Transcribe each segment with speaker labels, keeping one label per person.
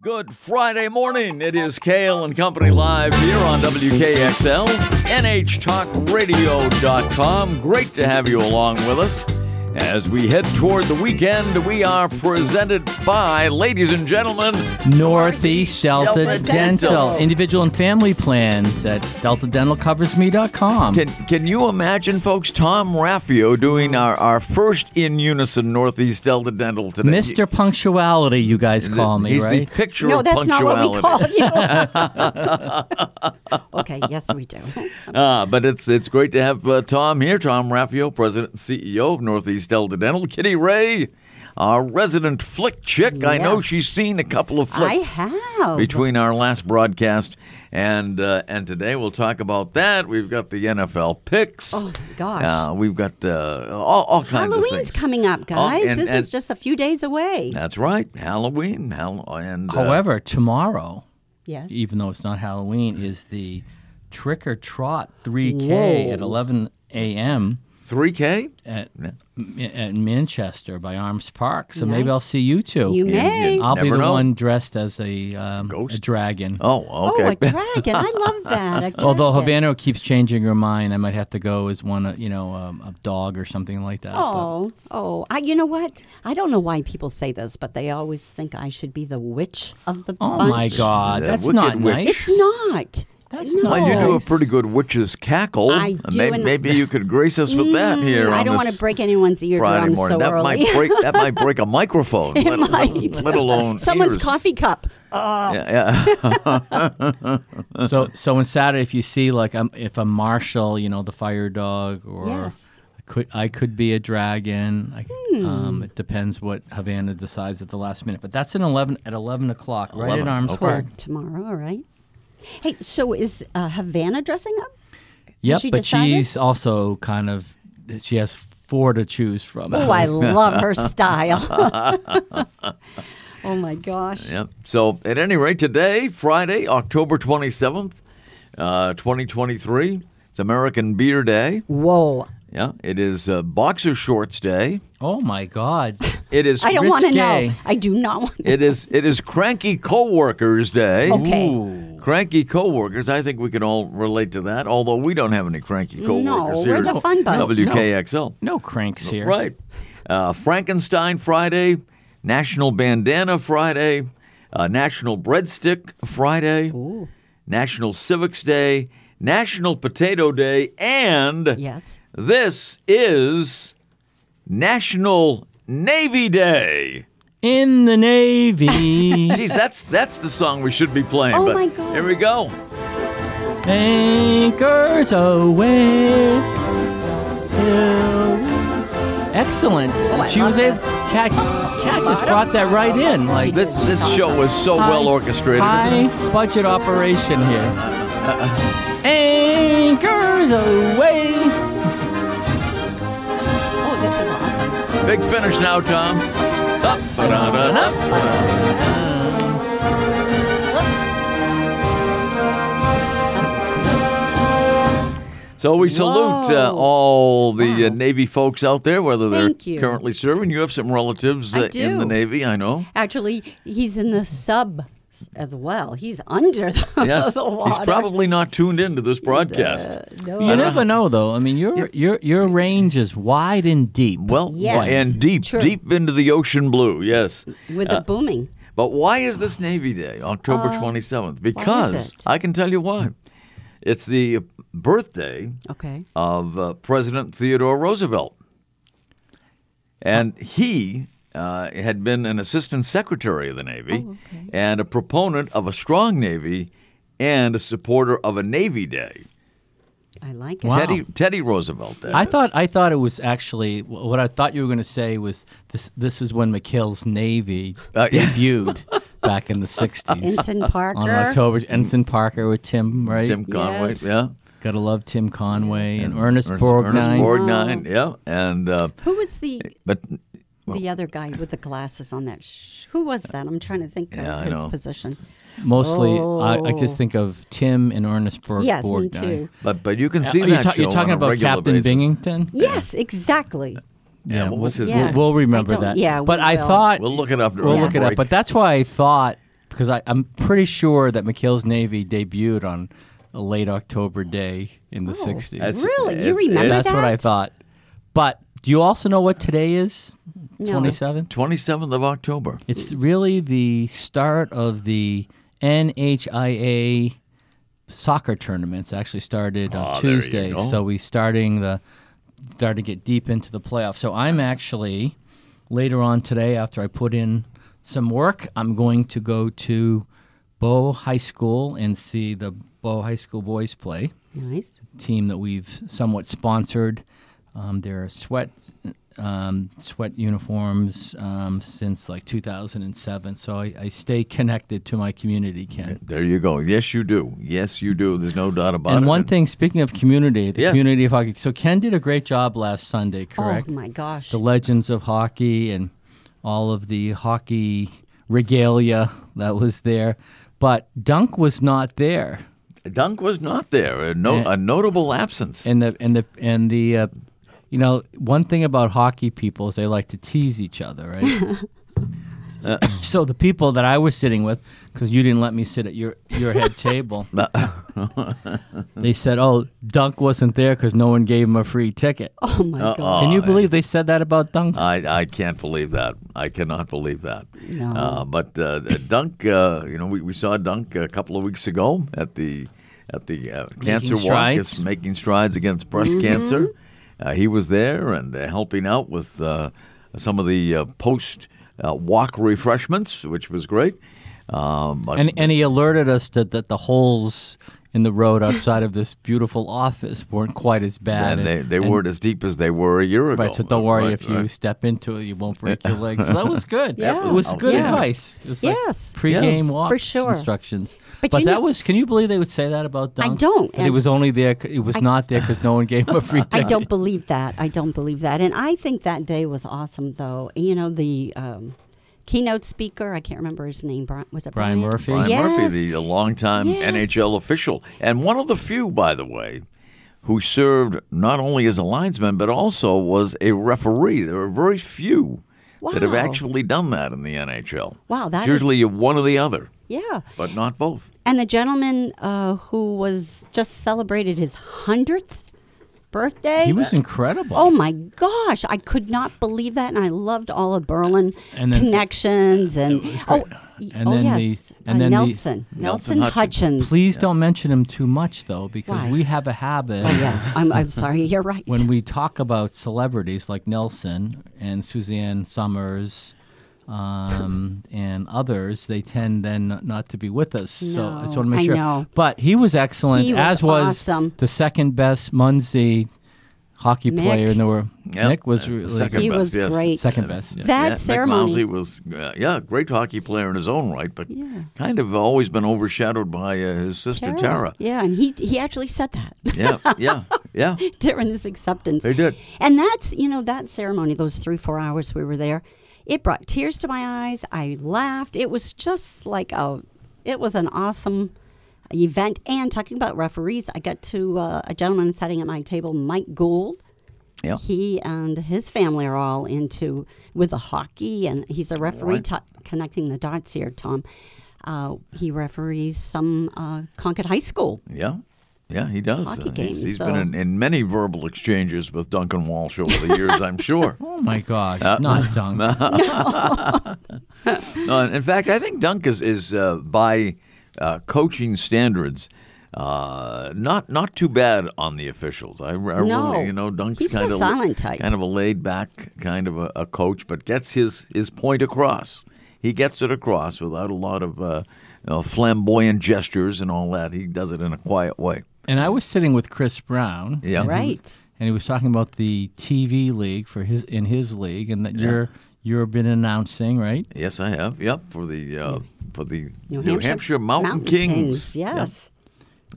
Speaker 1: Good Friday morning. It is Kale and Company live here on WKXL, NHTalkRadio.com. Great to have you along with us. As we head toward the weekend, we are presented by, ladies and gentlemen,
Speaker 2: Northeast Delta,
Speaker 1: Delta
Speaker 2: Dental.
Speaker 1: Dental.
Speaker 2: Individual and family plans at deltadentalcoversme.com.
Speaker 1: can, can you imagine, folks, Tom Raffio doing our, our first in unison Northeast Delta Dental today?
Speaker 2: Mr. Punctuality, you guys call me,
Speaker 1: He's
Speaker 2: right?
Speaker 1: the picture
Speaker 3: No,
Speaker 1: of
Speaker 3: that's not
Speaker 1: punctuality.
Speaker 3: what we call you. okay, yes, we do.
Speaker 1: Ah, but it's it's great to have uh, Tom here. Tom Raffio, President and CEO of Northeast Delta Dental. Kitty Ray, our resident flick chick. I know
Speaker 3: Yes.
Speaker 1: she's seen a couple of
Speaker 3: I
Speaker 1: flicks
Speaker 3: have.
Speaker 1: between our last broadcast and uh, and today. We'll talk about that. We've got the NFL picks.
Speaker 3: Oh, my gosh.
Speaker 1: Uh, we've got uh, all, all kinds of
Speaker 3: Halloween's
Speaker 1: things. Oh,
Speaker 3: coming up, guys.
Speaker 1: and-
Speaker 3: this
Speaker 1: and-
Speaker 3: is just a few days away.
Speaker 1: That's right, Halloween. Hall- and uh,
Speaker 2: However, tomorrow,
Speaker 3: yes.
Speaker 2: even though it's not Halloween, is the Trick or Trot 3K
Speaker 1: Whoa.
Speaker 2: at 11 a.m.
Speaker 1: 3K.
Speaker 2: At, at Manchester by Arms Park. So maybe
Speaker 3: Nice.
Speaker 2: I'll see you two.
Speaker 3: You may.
Speaker 2: I'll be
Speaker 1: Never
Speaker 2: the
Speaker 1: know.
Speaker 2: one dressed as a, um, a
Speaker 1: Ghost?
Speaker 2: dragon.
Speaker 1: Oh,
Speaker 3: Oh,
Speaker 1: okay.
Speaker 3: a dragon. I love that. A
Speaker 2: Although
Speaker 3: dragon.
Speaker 2: Havana keeps changing her mind, I might have to go as one, uh, you know, um, a dog or something like that. but-
Speaker 3: Oh, oh! I, you know what? I don't know why people say this, but they always think I should be the witch of the
Speaker 2: Oh
Speaker 3: bunch.
Speaker 2: my God,
Speaker 1: The
Speaker 2: that's
Speaker 1: wicked
Speaker 2: not
Speaker 1: witch.
Speaker 2: nice.
Speaker 3: It's not.
Speaker 2: That's
Speaker 3: no.
Speaker 2: not
Speaker 1: Well, you do a
Speaker 2: Nice.
Speaker 1: pretty good witch's cackle.
Speaker 3: I do,
Speaker 1: Maybe,
Speaker 3: and-
Speaker 1: maybe you could grace us with that here.
Speaker 3: I
Speaker 1: on
Speaker 3: don't
Speaker 1: this
Speaker 3: want to break anyone's
Speaker 1: Friday
Speaker 3: eardrums
Speaker 1: morning.
Speaker 3: so
Speaker 1: that
Speaker 3: early.
Speaker 1: might break. That might break a microphone.
Speaker 3: it
Speaker 1: let,
Speaker 3: might.
Speaker 1: Let, let alone
Speaker 3: someone's
Speaker 1: ears.
Speaker 3: coffee cup.
Speaker 1: Yeah, yeah.
Speaker 2: so, so on Saturday, if you see like um, if a marshal, you know, the fire dog, or
Speaker 3: Yes.
Speaker 2: I could I could be a dragon. I,
Speaker 3: Hmm.
Speaker 2: um, it depends what Havana decides at the last minute. But that's at eleven at eleven o'clock, right
Speaker 1: 11,
Speaker 2: at arms
Speaker 1: okay.
Speaker 2: Park.
Speaker 3: tomorrow. All right. Hey, so is uh, Havana dressing up?
Speaker 2: Yep,
Speaker 3: she
Speaker 2: but
Speaker 3: decided?
Speaker 2: she's also kind of she has four to choose from.
Speaker 3: Oh,
Speaker 2: so-
Speaker 3: I love her style. oh my gosh.
Speaker 1: yeah. So, at any rate, today, Friday, October twenty seventh, uh, twenty twenty three. It's American Beer Day.
Speaker 3: Whoa.
Speaker 1: Yeah, it is uh, Boxer Shorts Day.
Speaker 2: oh my God,
Speaker 1: It is.
Speaker 3: I don't want to know.
Speaker 2: Risque.
Speaker 3: I do not want
Speaker 1: It is. It is Cranky Coworkers Day.
Speaker 3: Okay.
Speaker 2: Ooh.
Speaker 1: Cranky coworkers, I think we can all relate to that. Although we don't have any cranky coworkers
Speaker 3: No,
Speaker 1: here.
Speaker 3: we're the fun bunch.
Speaker 1: WKXL.
Speaker 2: no cranks here.
Speaker 1: Right. Uh, Frankenstein Friday, National Bandana Friday, uh, National Breadstick Friday, National Civics Day, National Potato Day, and
Speaker 3: Yes.
Speaker 1: this is National Navy Day.
Speaker 2: In the Navy.
Speaker 1: Geez, that's that's the song we should be playing.
Speaker 3: Oh
Speaker 1: but
Speaker 3: my God.
Speaker 1: Here we go.
Speaker 2: Anchors away. Excellent.
Speaker 3: Oh, I
Speaker 2: she
Speaker 3: love
Speaker 2: was able.
Speaker 3: this.
Speaker 2: Cat, Cat just brought that right in. Like
Speaker 1: This this show was so
Speaker 2: high-
Speaker 1: well orchestrated.
Speaker 2: High
Speaker 1: Isn't it?
Speaker 2: budget operation here.
Speaker 1: Uh-uh.
Speaker 2: Anchors away.
Speaker 3: Oh, this is awesome.
Speaker 1: Big finish now, Tom. Up, ba-da-da-da. So we salute uh,
Speaker 3: Whoa.
Speaker 1: all the uh,
Speaker 3: Wow.
Speaker 1: Navy folks out there, whether
Speaker 3: Thank
Speaker 1: they're
Speaker 3: you.
Speaker 1: currently serving. You have some relatives
Speaker 3: I
Speaker 1: uh, in the
Speaker 3: do.
Speaker 1: Navy, I know.
Speaker 3: Actually, he's in the sub s- as well. He's under the,
Speaker 1: Yes,
Speaker 3: the water. Uh,
Speaker 1: he's probably not tuned into this broadcast.
Speaker 3: no.
Speaker 1: Uh-huh.
Speaker 2: You never know, though. I mean, your your your range is wide and deep.
Speaker 1: Well,
Speaker 3: Yes,
Speaker 1: and deep,
Speaker 3: true.
Speaker 1: deep into the ocean blue. Yes.
Speaker 3: with the booming.
Speaker 1: But why is this Navy Day, October 27th? Because
Speaker 3: Uh, it?
Speaker 1: I can tell you why. It's the birthday
Speaker 3: Okay.
Speaker 1: of uh, President Theodore Roosevelt. And he uh, had been an assistant secretary of the Navy
Speaker 3: Oh, okay.
Speaker 1: and a proponent of a strong Navy and a supporter of a Navy Day.
Speaker 3: I like it.
Speaker 2: Wow.
Speaker 1: Teddy, Teddy Roosevelt. that
Speaker 2: I
Speaker 1: is.
Speaker 2: thought I thought it was actually wh- what I thought you were going to say was this. This is when McKill's Navy
Speaker 1: Uh, yeah.
Speaker 2: debuted back in the '60s
Speaker 3: Ensign Parker.
Speaker 2: on October. Ensign Parker with Tim, right?
Speaker 1: Tim Conway.
Speaker 3: Yes.
Speaker 1: Yeah.
Speaker 2: Gotta love Tim Conway and, Ernest,
Speaker 1: Ernest,
Speaker 2: Borgnine.
Speaker 1: Ernest Borgnine. Yeah. And, uh,
Speaker 3: Who was the
Speaker 1: but
Speaker 3: the other guy with the glasses on that? Sh- who was that? I'm trying to think
Speaker 1: Yeah, I
Speaker 3: of his
Speaker 1: know.
Speaker 3: position.
Speaker 2: Mostly, I, I
Speaker 3: Oh.
Speaker 2: just think of Tim and Ernest Borg-
Speaker 3: yes, me
Speaker 2: Borgnine.
Speaker 3: too.
Speaker 1: but but you can
Speaker 2: Uh,
Speaker 1: see
Speaker 2: you're,
Speaker 1: that
Speaker 2: ta-
Speaker 1: show
Speaker 2: you're talking
Speaker 1: on a
Speaker 2: about
Speaker 1: regular
Speaker 2: Captain
Speaker 1: basis.
Speaker 2: Bingington.
Speaker 3: Yes, exactly.
Speaker 1: Yeah, what was
Speaker 2: we'll-
Speaker 1: his
Speaker 2: We'll,
Speaker 3: name?
Speaker 2: we'll
Speaker 3: Yes, I
Speaker 2: remember
Speaker 3: don't-
Speaker 2: that.
Speaker 3: yeah,
Speaker 2: but
Speaker 3: we
Speaker 2: I
Speaker 3: will.
Speaker 2: thought
Speaker 1: We'll look it up.
Speaker 2: We'll
Speaker 1: during
Speaker 2: look
Speaker 1: the
Speaker 2: it up.
Speaker 1: break.
Speaker 2: But that's why I thought because I, I'm pretty sure that McHale's Navy debuted on a late October day in the 60s.
Speaker 1: That's-
Speaker 3: really? You
Speaker 1: it's-
Speaker 3: remember
Speaker 1: it's-
Speaker 2: That's what I
Speaker 3: that?
Speaker 2: thought. But do you also know what today is?
Speaker 3: No.
Speaker 2: 27th?
Speaker 1: 27th of October.
Speaker 2: It's really the start of the NHIA soccer tournaments. Actually started on
Speaker 1: Ah, there you
Speaker 2: Tuesday,
Speaker 1: go.
Speaker 2: so we starting the starting to get deep into the playoffs. So I'm actually later on today after I put in some work, I'm going to go to Bow High School and see the Bow High School boys play
Speaker 3: Nice.
Speaker 2: team that we've somewhat sponsored. Um, they're sweat um, sweat uniforms um, since like 2007, so I, I stay connected to my community, Ken.
Speaker 1: There you go. Yes, you do. Yes, you do. There's no doubt about it.
Speaker 2: And one thing, speaking of community, the
Speaker 1: Yes.
Speaker 2: community of hockey. So Ken did a great job last Sunday, correct?
Speaker 3: Oh my gosh.
Speaker 2: the legends of hockey and all of the hockey regalia that was there, but Dunk was not there.
Speaker 1: Dunk was not there. A, no,
Speaker 2: Yeah.
Speaker 1: a notable absence.
Speaker 2: and the and the and the uh, you know one thing about hockey people is they like to tease each other right Uh, so the people that i was sitting with because you didn't let me sit at your your head table they said oh dunk wasn't there because no one gave him a free ticket
Speaker 3: oh my gosh.
Speaker 2: can you believe they said that about dunk
Speaker 1: I, I can't believe that. I cannot believe that.
Speaker 3: No.
Speaker 1: Uh, but uh, Dunk, uh, you know, we, we saw Dunk a couple of weeks ago at the at the uh, cancer walk.
Speaker 2: strides. Mm-hmm.
Speaker 1: It's making strides against breast cancer. Uh, he was there and uh, helping out with uh, some of the uh, post uh, walk refreshments, which was great. Um, but-
Speaker 2: and and he alerted us that, that the holes in the road outside of this beautiful office weren't quite as bad
Speaker 1: and
Speaker 2: and-
Speaker 1: they, they
Speaker 2: and-
Speaker 1: weren't as deep as they were a year ago. Uh,
Speaker 2: Right, so don't worry
Speaker 1: Right,
Speaker 2: if you
Speaker 1: right.
Speaker 2: step into it, you won't break your legs. So that was good.
Speaker 3: That
Speaker 2: it
Speaker 3: was
Speaker 2: was good
Speaker 1: outstanding.
Speaker 2: advice. It was like
Speaker 3: Yes.
Speaker 2: pre-game
Speaker 3: Yeah.
Speaker 2: walks
Speaker 3: For sure.
Speaker 2: instructions.
Speaker 3: But
Speaker 2: But,
Speaker 3: you
Speaker 2: that
Speaker 3: know-
Speaker 2: was. Can you believe they would say that about Dunk?
Speaker 3: don't,
Speaker 2: That it
Speaker 3: and-
Speaker 2: was only there. c- It was not there because no one gave him a free
Speaker 3: I
Speaker 2: ticket.
Speaker 3: don't believe that. I don't believe that. And I think that day was awesome, though. You know, the um, keynote speaker, I can't remember his name. Brian, was it
Speaker 2: Brian
Speaker 3: Brian?
Speaker 2: Murphy?
Speaker 1: Brian
Speaker 3: yes.
Speaker 1: Murphy, the longtime
Speaker 3: Yes.
Speaker 1: NHL official, and one of the few, by the way, who served not only as a linesman but also was a referee. There are very few that have
Speaker 3: Wow.
Speaker 1: actually done that in the NHL.
Speaker 3: Wow, that
Speaker 1: it's
Speaker 3: is-
Speaker 1: usually you're one or the other,
Speaker 3: Yeah.
Speaker 1: but not both.
Speaker 3: And the gentleman uh, who was just celebrated his 100th birthday.
Speaker 2: He was incredible.
Speaker 3: Oh my gosh, I could not believe that, and I loved all of Berlin
Speaker 2: And then- uh,
Speaker 3: connections and oh, y-
Speaker 2: And
Speaker 3: oh
Speaker 2: then the-
Speaker 3: yes,
Speaker 2: and then
Speaker 3: uh,
Speaker 2: the-
Speaker 3: Nelson,
Speaker 1: Nelson
Speaker 3: Nelson, Hutchins.
Speaker 2: Please don't mention him too much though, because
Speaker 3: Why?
Speaker 2: we have a habit.
Speaker 3: Oh yeah, I'm, I'm sorry, you're right.
Speaker 2: when we talk about celebrities like Nelson and Suzanne Summers um, and others, they tend then not- not to be with us. so I just want to
Speaker 3: No,
Speaker 2: make
Speaker 3: I
Speaker 2: sure.
Speaker 3: know.
Speaker 2: But he was excellent,
Speaker 3: He was
Speaker 2: as was
Speaker 3: awesome.
Speaker 2: the second best Muncie hockey
Speaker 3: Mick.
Speaker 2: player in the world.
Speaker 1: Yep.
Speaker 2: Nick was
Speaker 1: Uh,
Speaker 2: really
Speaker 1: second
Speaker 2: good.
Speaker 3: he
Speaker 1: best,
Speaker 3: was
Speaker 1: yes.
Speaker 3: great.
Speaker 2: second best. Yeah.
Speaker 3: that
Speaker 1: Yeah, Nick Mounsey
Speaker 3: ceremony,
Speaker 1: was, uh, yeah, great hockey player in his own right, but
Speaker 3: Yeah.
Speaker 1: kind of always been overshadowed by uh, his sister
Speaker 3: Tara.
Speaker 1: Tara.
Speaker 3: Yeah, and he he actually said that
Speaker 1: Yeah, yeah, yeah.
Speaker 3: during his acceptance.
Speaker 1: They did.
Speaker 3: And that's, you know, that ceremony, those three, four hours we were there, it brought tears to my eyes. I laughed. It was just like a, it was an awesome event. And talking about referees, I got to uh, a gentleman sitting at my table, Mike Gould.
Speaker 1: Yeah.
Speaker 3: He and his family are all into with the hockey, and he's a referee.
Speaker 1: Right.
Speaker 3: to- connecting the dots here, Tom. Uh, he referees some uh, Concord High School.
Speaker 1: Yeah. Yeah, he does.
Speaker 3: Hockey
Speaker 1: he's-
Speaker 3: games,
Speaker 1: he's
Speaker 3: so-
Speaker 1: been in, in many verbal exchanges with Duncan Walsh over the years, I'm sure.
Speaker 2: Oh my gosh,
Speaker 1: Uh,
Speaker 2: not Dunk.
Speaker 1: No, in fact, I think Dunk is, is uh, by uh, coaching standards, uh, not not too bad on the officials. I, I
Speaker 3: No.
Speaker 1: really, you know, Dunk's
Speaker 3: He's the
Speaker 1: kind of
Speaker 3: silent type.
Speaker 1: kind of a laid back kind of a, a coach, but gets his his point across. He gets it across without a lot of uh, you know, flamboyant gestures and all that. He does it in a quiet way.
Speaker 2: And I was sitting with Chris Brown.
Speaker 1: Yeah,
Speaker 3: Right.
Speaker 2: and he was talking about the TV league for his in his league, and that you're you're been announcing, right?
Speaker 1: Yes, I have. Yep, for the uh, for the
Speaker 3: New Hampshire,
Speaker 1: Mountain, Kings. Yep.
Speaker 3: Yes.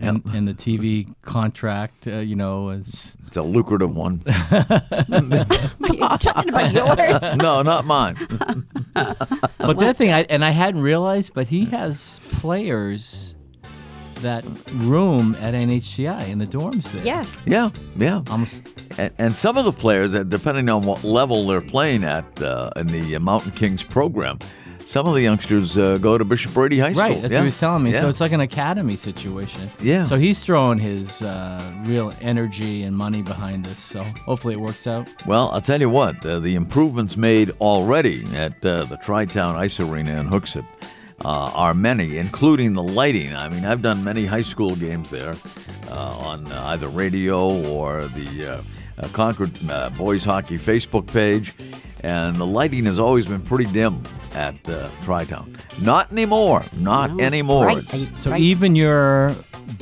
Speaker 2: And, and the TV contract, uh, you know, is
Speaker 1: it's a lucrative one.
Speaker 3: You're talking about yours.
Speaker 1: no, not mine.
Speaker 2: But the other thing, I, and I hadn't realized, but he has players that room at NHCI in the dorms there.
Speaker 3: Yes.
Speaker 1: Yeah, yeah.
Speaker 2: Almost,
Speaker 1: And, and some of the players, uh, depending on what level they're playing at uh, in the uh, Mountain Kings program, Some of the youngsters uh, go to Bishop Brady High School.
Speaker 2: Right, that's
Speaker 1: yeah.
Speaker 2: what he was telling me.
Speaker 1: Yeah.
Speaker 2: So it's like an academy situation.
Speaker 1: Yeah.
Speaker 2: So he's throwing his uh, real energy and money behind this. So hopefully it works out.
Speaker 1: Well, I'll tell you what, uh, the improvements made already at uh, the Tri Town Ice Arena in Hooksett uh, are many, including the lighting. I mean, I've done many high school games there uh, on uh, either radio or the uh, uh, Concord uh, Boys Hockey Facebook page, and the lighting has always been pretty dim at uh, Tri Town. Not anymore. Not
Speaker 3: No, it's
Speaker 1: anymore.
Speaker 3: bright.
Speaker 1: It's-
Speaker 2: So
Speaker 3: Right.
Speaker 2: even your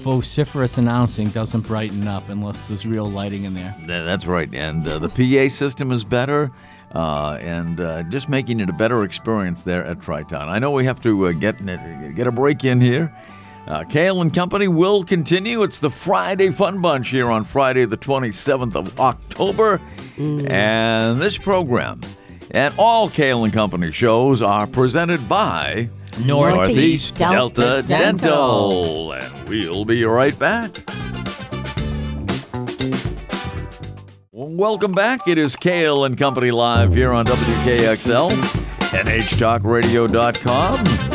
Speaker 2: vociferous announcing doesn't brighten up unless there's real lighting in there.
Speaker 1: Th- That's right. And uh, the PA system is better. Uh, and uh, just making it a better experience there at Tri-Town. I know we have to uh, get get a break in here. Uh, Kale and Company will continue. It's the Friday Fun Bunch here on Friday, the 27th of October. And this program and all Kale and Company shows are presented by
Speaker 2: Northeast
Speaker 3: Delta
Speaker 1: Dental. And we'll be right back. Well, Welcome back. It is Kale and Company live here on WKXL, NHTalkRadio.com.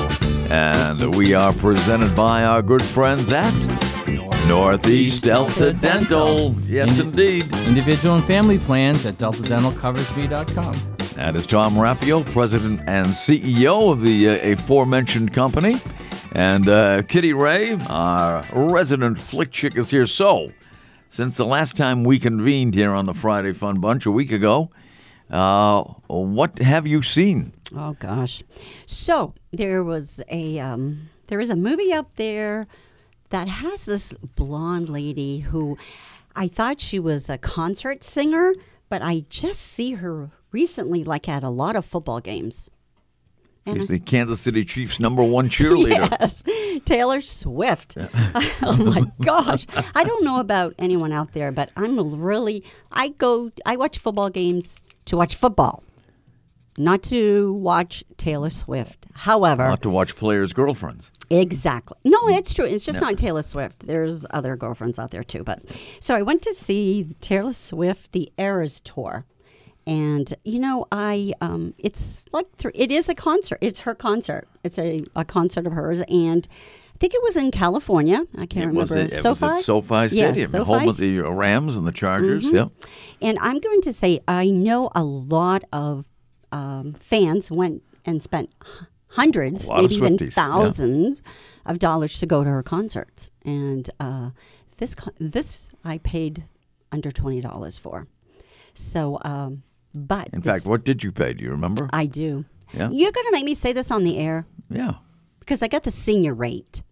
Speaker 1: And we are presented by our good friends at Northeast Delta Dental. Yes, indeed.
Speaker 2: Individual and family plans at deltadentalcoversme.com.
Speaker 1: That is Tom Raffio, president and CEO of the uh, aforementioned company. And uh, Kitty Ray, our resident flick chick, is here. So, since the last time we convened here on the Friday Fun Bunch a week ago, uh, what have you seen?
Speaker 3: Oh gosh. So there was a um, there is a movie up there that has this blonde lady who I thought she was a concert singer, but I just see her recently like at a lot of football games. Mm-hmm.
Speaker 1: She's the Kansas City Chiefs' number one cheerleader.
Speaker 3: Yes, Taylor Swift. oh my gosh. I don't know about anyone out there, but I'm really, I go, I watch football games to watch football, not to watch Taylor Swift. However,
Speaker 1: Not to watch players' girlfriends.
Speaker 3: Exactly. No,
Speaker 1: Mm.
Speaker 3: that's true. It's just not Taylor Swift. There's other girlfriends out there too. But so I went to see Taylor Swift, the Eras tour, and you know, I um, it's like thr it is a concert. It's her concert. It's a, a concert of hers, and I think it was in California. I can't
Speaker 1: it
Speaker 3: remember.
Speaker 1: was, at, it was
Speaker 3: SoFi.
Speaker 1: at SoFi Stadium,
Speaker 3: Yes,
Speaker 1: the home
Speaker 3: SoFi Mm-hmm.
Speaker 1: of the uh, Rams and the Chargers. Yep.
Speaker 3: and I'm going to say I know a lot of um, fans went and spent h- hundreds,
Speaker 1: A lot of
Speaker 3: maybe even
Speaker 1: Swifties, yeah.
Speaker 3: thousands of dollars to go to her concerts. And uh, this con- this I paid under twenty dollars for. So, um, but
Speaker 1: In
Speaker 3: this-
Speaker 1: fact, what did you pay? Do you remember?
Speaker 3: I do.
Speaker 1: Yeah.
Speaker 3: You're going to make me say this on the air
Speaker 1: yeah.
Speaker 3: because I got the senior rate.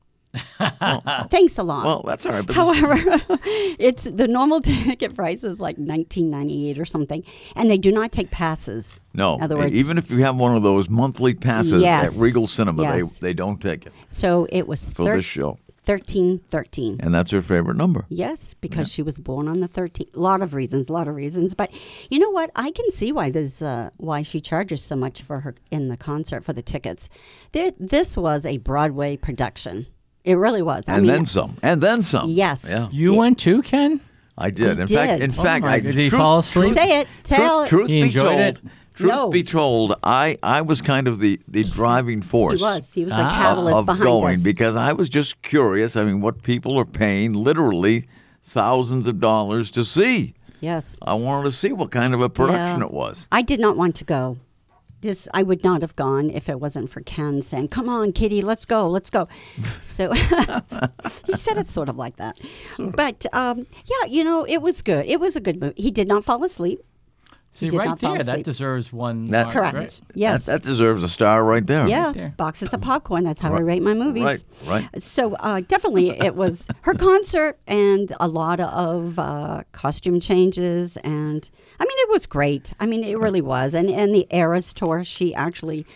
Speaker 3: Thanks a lot.
Speaker 1: Well, that's all right. But this-
Speaker 3: However, it's the normal ticket price is like nineteen ninety eight or something, and they do not take passes.
Speaker 1: No. e-,
Speaker 3: in other words,
Speaker 1: even if you have one of those monthly passes
Speaker 3: Yes.
Speaker 1: at Regal Cinema,
Speaker 3: Yes.
Speaker 1: they, they don't take it
Speaker 3: so it was
Speaker 1: for
Speaker 3: thir-
Speaker 1: this show.
Speaker 3: thirteen thirteen.
Speaker 1: And that's her favorite number.
Speaker 3: Yes, because she was born on the 13th. A lot of reasons, a lot of reasons. But you know what? I can see why this, uh, why she charges so much for her in the concert for the tickets. There, this was a Broadway production. It really was. I
Speaker 1: and
Speaker 3: mean,
Speaker 1: then some. And then some.
Speaker 3: Yes.
Speaker 1: Yeah.
Speaker 2: You went too, Ken?
Speaker 1: I did.
Speaker 3: I
Speaker 1: in fact,
Speaker 3: did.
Speaker 1: in
Speaker 3: Oh
Speaker 1: fact,
Speaker 2: my
Speaker 1: I
Speaker 2: God. Did he fall asleep?
Speaker 3: say it. Tell
Speaker 1: Truth, truth
Speaker 2: He
Speaker 1: be
Speaker 2: enjoyed
Speaker 1: told,
Speaker 2: it?
Speaker 1: truth
Speaker 3: No.
Speaker 1: be told, I, I was kind of the, the driving force.
Speaker 3: He was. He was the
Speaker 2: Ah.
Speaker 3: catalyst
Speaker 1: of
Speaker 3: behind
Speaker 1: going
Speaker 3: this.
Speaker 1: because I was just curious. I mean, what people are paying literally thousands of dollars to see.
Speaker 3: yes.
Speaker 1: I wanted to see what kind of a production
Speaker 3: Yeah.
Speaker 1: it was.
Speaker 3: I did not want to go. This I would not have gone if it wasn't for Ken saying, "Come on, Kitty, let's go, let's go." So he said it sort of like that, but um, yeah, you know, it was good. It was a good movie. He did not fall asleep.
Speaker 2: See,
Speaker 3: did
Speaker 2: right
Speaker 3: not fall
Speaker 2: there, that
Speaker 3: asleep.
Speaker 2: deserves one.
Speaker 1: That-
Speaker 2: mark,
Speaker 3: Correct.
Speaker 2: right?
Speaker 3: Yes.
Speaker 1: That, that deserves a star right there.
Speaker 3: yeah,
Speaker 2: there.
Speaker 3: boxes of popcorn. That's how I
Speaker 1: Right.
Speaker 3: rate my movies.
Speaker 1: Right, right.
Speaker 3: So uh, definitely, it was her concert and a lot of uh, costume changes, and I mean, it was great. I mean, it really was. And and the Eras tour, she actually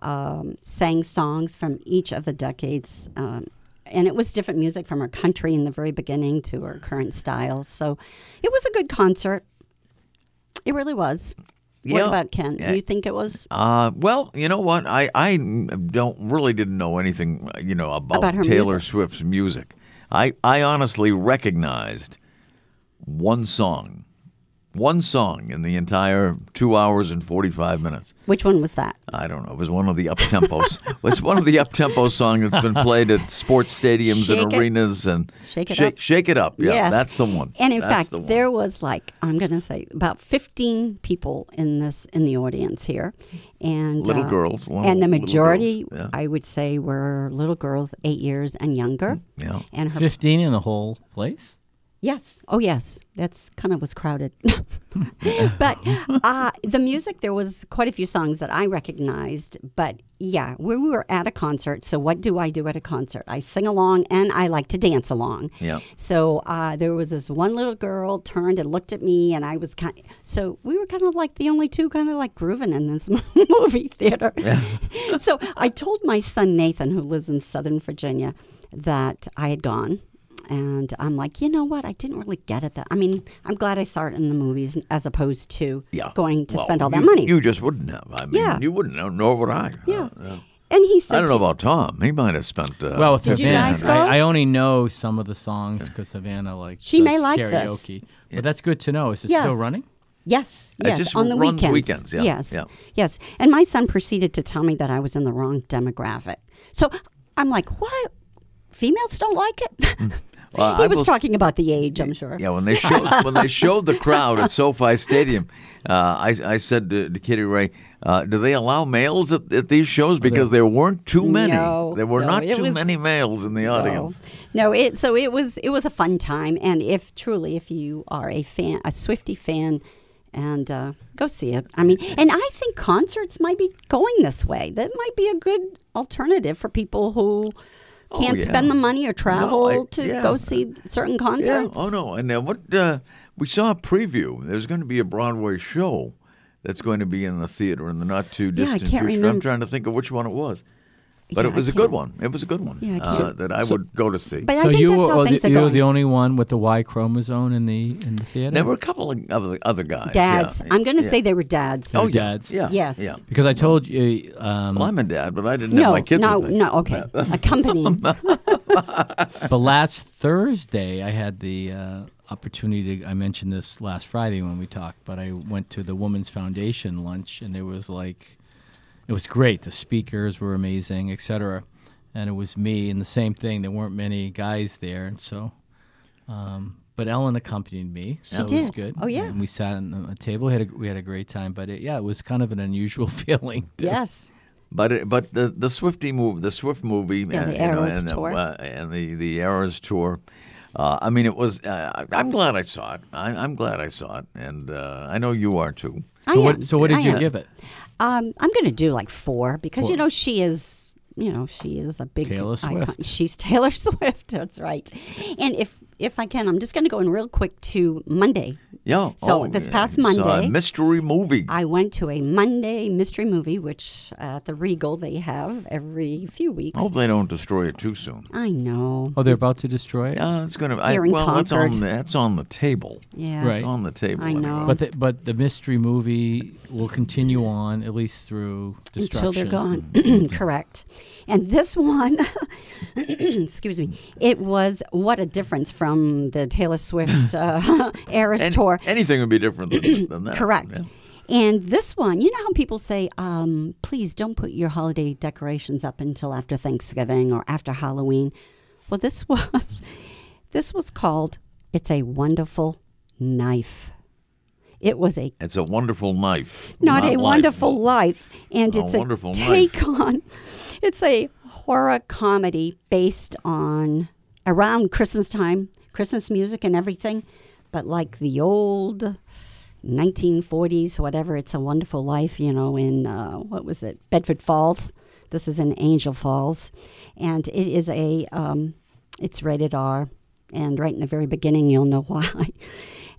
Speaker 3: um, sang songs from each of the decades. Um, and it was different music from her country in the very beginning to her current style. So it was a good concert. It really was. What
Speaker 1: Yeah.
Speaker 3: about Ken?
Speaker 1: Yeah.
Speaker 3: You think it was?
Speaker 1: Uh, well, you know what? I, I don't really didn't know anything, uh, you know, about,
Speaker 3: About her
Speaker 1: Taylor
Speaker 3: music.
Speaker 1: Swift's music. I, I honestly recognized one song one song in the entire two hours and 45 minutes.
Speaker 3: Which one was that?
Speaker 1: I don't know. It was one of the up tempos. it's one of the up tempo songs that's been played at sports stadiums and
Speaker 3: Shake it.
Speaker 1: arenas and
Speaker 3: Shake it
Speaker 1: shake,
Speaker 3: up.
Speaker 1: shake it up. Yeah,
Speaker 3: Yes.
Speaker 1: that's the one.
Speaker 3: And in
Speaker 1: That's
Speaker 3: fact,
Speaker 1: the one.
Speaker 3: there was like I'm going to say about 15 people in this in the audience here, and uh,
Speaker 1: Little girls, little-
Speaker 3: and the
Speaker 1: little
Speaker 3: majority,
Speaker 1: girls, yeah.
Speaker 3: I would say, were little girls, eight years and younger.
Speaker 1: Mm, Yeah.
Speaker 3: And her,
Speaker 2: 15 in the whole place?
Speaker 3: yes, oh yes, that's kind of was crowded. but uh, the music, there was quite a few songs that I recognized. But yeah, we were at a concert. So what do I do at a concert? I sing along and I like to dance along.
Speaker 1: Yeah.
Speaker 3: So uh, there was this one little girl turned and looked at me, and I was kind. so we were kind of like the only two kind of like grooving in this movie theater. so I told my son Nathan, who lives in Southern Virginia, that I had gone. And I'm like, you know what? I didn't really get it. That I mean, I'm glad I saw it in the movies as opposed to
Speaker 1: Yeah.
Speaker 3: going to
Speaker 1: Well,
Speaker 3: spend all that
Speaker 1: you-
Speaker 3: money.
Speaker 1: You just wouldn't have. I mean,
Speaker 3: Yeah.
Speaker 1: you wouldn't have, nor would I.
Speaker 3: yeah.
Speaker 1: Uh, yeah.
Speaker 3: And he
Speaker 1: I
Speaker 3: said,
Speaker 1: don't know
Speaker 3: to-
Speaker 1: about Tom. He might have spent. Uh,
Speaker 2: Well, with
Speaker 3: Did you
Speaker 2: Havana,
Speaker 3: guys go?
Speaker 2: I, I only know some of the songs because Havana like
Speaker 3: She
Speaker 2: does
Speaker 3: may like this.
Speaker 2: karaoke. But that's good to know. Is it
Speaker 3: Yeah.
Speaker 2: still running?
Speaker 3: Yes, yes,
Speaker 1: just
Speaker 3: on the
Speaker 1: runs
Speaker 3: weekends.
Speaker 1: weekends, yeah,
Speaker 3: Yes,
Speaker 1: yeah.
Speaker 3: yes. And my son proceeded to tell me that I was in the wrong demographic. So I'm like, what? Females don't like it.
Speaker 1: Mm. Well,
Speaker 3: he
Speaker 1: I will
Speaker 3: was
Speaker 1: s-
Speaker 3: talking about the age, I'm sure.
Speaker 1: Yeah, when they showed when they showed the crowd at SoFi Stadium, uh, I, I said to, to Kitty Ray, uh, "Do they allow males at, at these shows? Because there weren't too many.
Speaker 3: No,
Speaker 1: there were
Speaker 3: no,
Speaker 1: not
Speaker 3: it
Speaker 1: too
Speaker 3: was-
Speaker 1: many males in the audience."
Speaker 3: No, No, it so it was it was a fun time, and if truly if you are a fan, a Swifty fan, and uh, go see it. I mean, and I think concerts might be going this way. That might be a good alternative for people who
Speaker 1: Oh,
Speaker 3: can't
Speaker 1: yeah.
Speaker 3: spend the money or travel
Speaker 1: I-
Speaker 3: to
Speaker 1: yeah.
Speaker 3: go see certain concerts.
Speaker 1: Yeah. Oh no. And uh, what uh, we saw a preview. There's going to be a Broadway show that's going to be in the theater in the not too
Speaker 3: Yeah, I
Speaker 1: distant
Speaker 3: can't
Speaker 1: future. I'm
Speaker 3: remem-
Speaker 1: trying to think of which one it was, but
Speaker 3: Yeah,
Speaker 1: it
Speaker 3: I
Speaker 1: was a good
Speaker 3: can't-
Speaker 1: one. It was a good one
Speaker 3: Yeah, I
Speaker 1: uh,
Speaker 3: can't-
Speaker 1: that I
Speaker 2: So-
Speaker 1: would go to see.
Speaker 3: But I
Speaker 2: so
Speaker 3: think
Speaker 2: you
Speaker 3: that's
Speaker 2: were
Speaker 3: how
Speaker 2: or
Speaker 3: things
Speaker 2: the,
Speaker 3: are
Speaker 2: you were
Speaker 3: going.
Speaker 2: the only one with the Y chromosome in the in the theater.
Speaker 1: there were a couple of other, other guys.
Speaker 3: dads.
Speaker 1: yeah.
Speaker 3: I'm going to
Speaker 1: Yeah.
Speaker 3: say they were dads.
Speaker 1: Oh, yeah,
Speaker 2: dads.
Speaker 1: Yeah.
Speaker 3: Yes.
Speaker 1: Yeah.
Speaker 2: Because I told you, um,
Speaker 1: Well, I'm a dad, but I didn't have
Speaker 3: no,
Speaker 1: my kids.
Speaker 3: no,
Speaker 1: with me.
Speaker 3: no. Okay, accompanying.
Speaker 2: but last Thursday I had the uh, opportunity. To, I mentioned this last Friday when we talked, but I went to the Women's Foundation lunch, and there was like, it was great. The speakers were amazing, etc. And it was me, and the same thing. There weren't many guys there, and so. Um, but Ellen accompanied me, so it was
Speaker 3: did.
Speaker 2: good.
Speaker 3: Oh, yeah.
Speaker 2: and we sat on a table. Had a, we had a great time, but it, yeah, it was kind of an unusual feeling. to-
Speaker 3: yes.
Speaker 1: But it, but the the Swifty move, the Swift movie,
Speaker 3: Yeah,
Speaker 1: and,
Speaker 3: the
Speaker 1: you know,
Speaker 3: Eras
Speaker 1: and, the,
Speaker 3: tour.
Speaker 1: uh, and the the Eras tour. Uh, I mean, it was. Uh, I- I'm glad I saw it. I, I'm glad I saw it, and uh, I know you are too.
Speaker 3: I
Speaker 2: So
Speaker 3: am.
Speaker 2: what, so what did
Speaker 3: I
Speaker 2: you
Speaker 3: am.
Speaker 2: give it?
Speaker 3: Um, I'm going to do like four because
Speaker 2: Four.
Speaker 3: you know she is, you know she is a big
Speaker 2: Taylor Swift.
Speaker 3: She's Taylor Swift. That's right. And if if I can, I'm just going to go in real quick to Monday.
Speaker 1: Yeah.
Speaker 3: So
Speaker 1: oh,
Speaker 3: this
Speaker 1: yeah,
Speaker 3: past
Speaker 1: saw a
Speaker 3: Monday-
Speaker 1: mystery movie.
Speaker 3: I went to a Monday mystery movie, which uh, at the Regal they have every few
Speaker 1: I
Speaker 3: weeks.
Speaker 1: hope they don't destroy it too soon.
Speaker 3: I know.
Speaker 2: Oh, they're about to destroy it.
Speaker 1: Yeah, it's gonna. I,
Speaker 3: Here in
Speaker 1: well, that's
Speaker 3: Concord.
Speaker 1: on the, that's on the table.
Speaker 3: Yes.
Speaker 1: It's
Speaker 2: Right.
Speaker 1: on the table.
Speaker 3: I
Speaker 1: anyway.
Speaker 3: know.
Speaker 2: But the, but the mystery movie will continue on at least through destruction.
Speaker 3: until they're gone. Correct. And this one, excuse me, it was what a difference from the Taylor Swift uh, Eras
Speaker 1: Any-
Speaker 3: tour.
Speaker 1: Anything would be different than, than that.
Speaker 3: Correct.
Speaker 1: yeah.
Speaker 3: And this one, you know how people say, um, please don't put your holiday decorations up until after Thanksgiving or after Halloween. Well, this was this was called "It's a Wonderful Knife." It was a
Speaker 1: It's a wonderful knife.
Speaker 3: not, a
Speaker 1: life.
Speaker 3: wonderful life and
Speaker 1: A
Speaker 3: it's a
Speaker 1: wonderful
Speaker 3: take on it's a horror comedy based on around christmas time christmas music and everything but like the old 1940s whatever it's a wonderful life you know in uh, what was it bedford falls this is in angel falls and it is a um, it's rated r and right in the very beginning you'll know why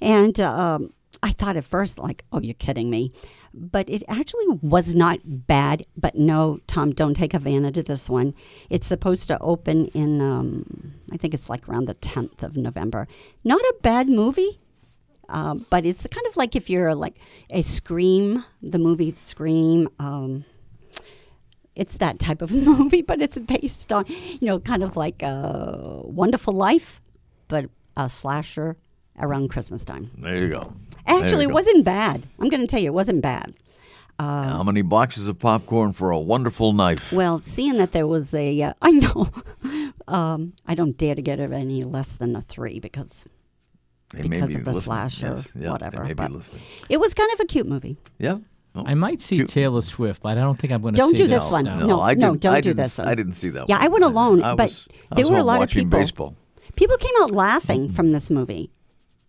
Speaker 3: and um, I thought at first, like, oh, you're kidding me. But it actually was not bad. But no, Tom, don't take Havana to this one. It's supposed to open in, um, I think it's like around the 10th of November. Not a bad movie. Uh, but it's kind of like if you're like a Scream, the movie Scream. Um, it's that type of movie, but it's based on, you know, kind of like a Wonderful Life, but a slasher around Christmas time.
Speaker 1: There you go.
Speaker 3: Actually,
Speaker 1: you
Speaker 3: it
Speaker 1: go.
Speaker 3: wasn't bad. I'm going to tell you, it wasn't bad.
Speaker 1: How many boxes of popcorn for a wonderful knife?
Speaker 3: Well, seeing that there was a, uh, I know, um, I don't dare to get it any less than a three because
Speaker 1: They may
Speaker 3: because
Speaker 1: be
Speaker 3: of the
Speaker 1: listening.
Speaker 3: slash or
Speaker 1: Yes, yeah, they
Speaker 3: whatever.
Speaker 1: may be
Speaker 3: but
Speaker 1: listening.
Speaker 3: it was kind of a cute movie.
Speaker 1: Yeah. Oh,
Speaker 2: I might see
Speaker 1: cute.
Speaker 2: Taylor Swift, but I don't think I'm going to.
Speaker 3: Don't
Speaker 2: see
Speaker 3: do this one.
Speaker 2: No.
Speaker 3: No.
Speaker 1: I didn't,
Speaker 3: don't
Speaker 1: I
Speaker 3: do
Speaker 1: didn't,
Speaker 3: this
Speaker 1: I
Speaker 3: one.
Speaker 1: didn't see that.
Speaker 3: Yeah,
Speaker 1: one.
Speaker 3: I went alone,
Speaker 1: I
Speaker 3: but
Speaker 1: was- I
Speaker 3: there
Speaker 1: was
Speaker 3: were a
Speaker 1: home
Speaker 3: lot of
Speaker 1: watching
Speaker 3: people.
Speaker 1: Baseball.
Speaker 3: People came out laughing from this movie.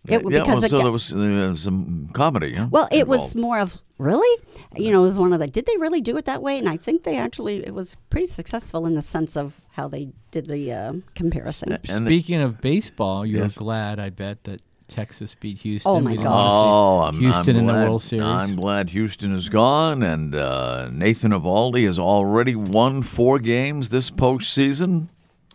Speaker 3: It,
Speaker 1: yeah, well,
Speaker 3: because it
Speaker 1: so
Speaker 3: got-
Speaker 1: there was uh, some comedy. Huh?
Speaker 3: Well, it was
Speaker 1: involved.
Speaker 3: more of really, you know, it was one of the did they really do it that way? And I think they actually it was pretty successful in the sense of how they did the uh, comparison.
Speaker 1: And the-
Speaker 2: Speaking of baseball, you're
Speaker 1: Yes.
Speaker 2: glad I bet that Texas beat Houston.
Speaker 3: Oh, my
Speaker 2: We didn't
Speaker 3: gosh.
Speaker 2: wanna see
Speaker 1: Oh, I'm,
Speaker 2: Houston
Speaker 1: I'm
Speaker 2: in the
Speaker 1: glad,
Speaker 2: World Series.
Speaker 1: I'm glad Houston is gone, and uh, Nathan Ivaldi has already won four games this postseason.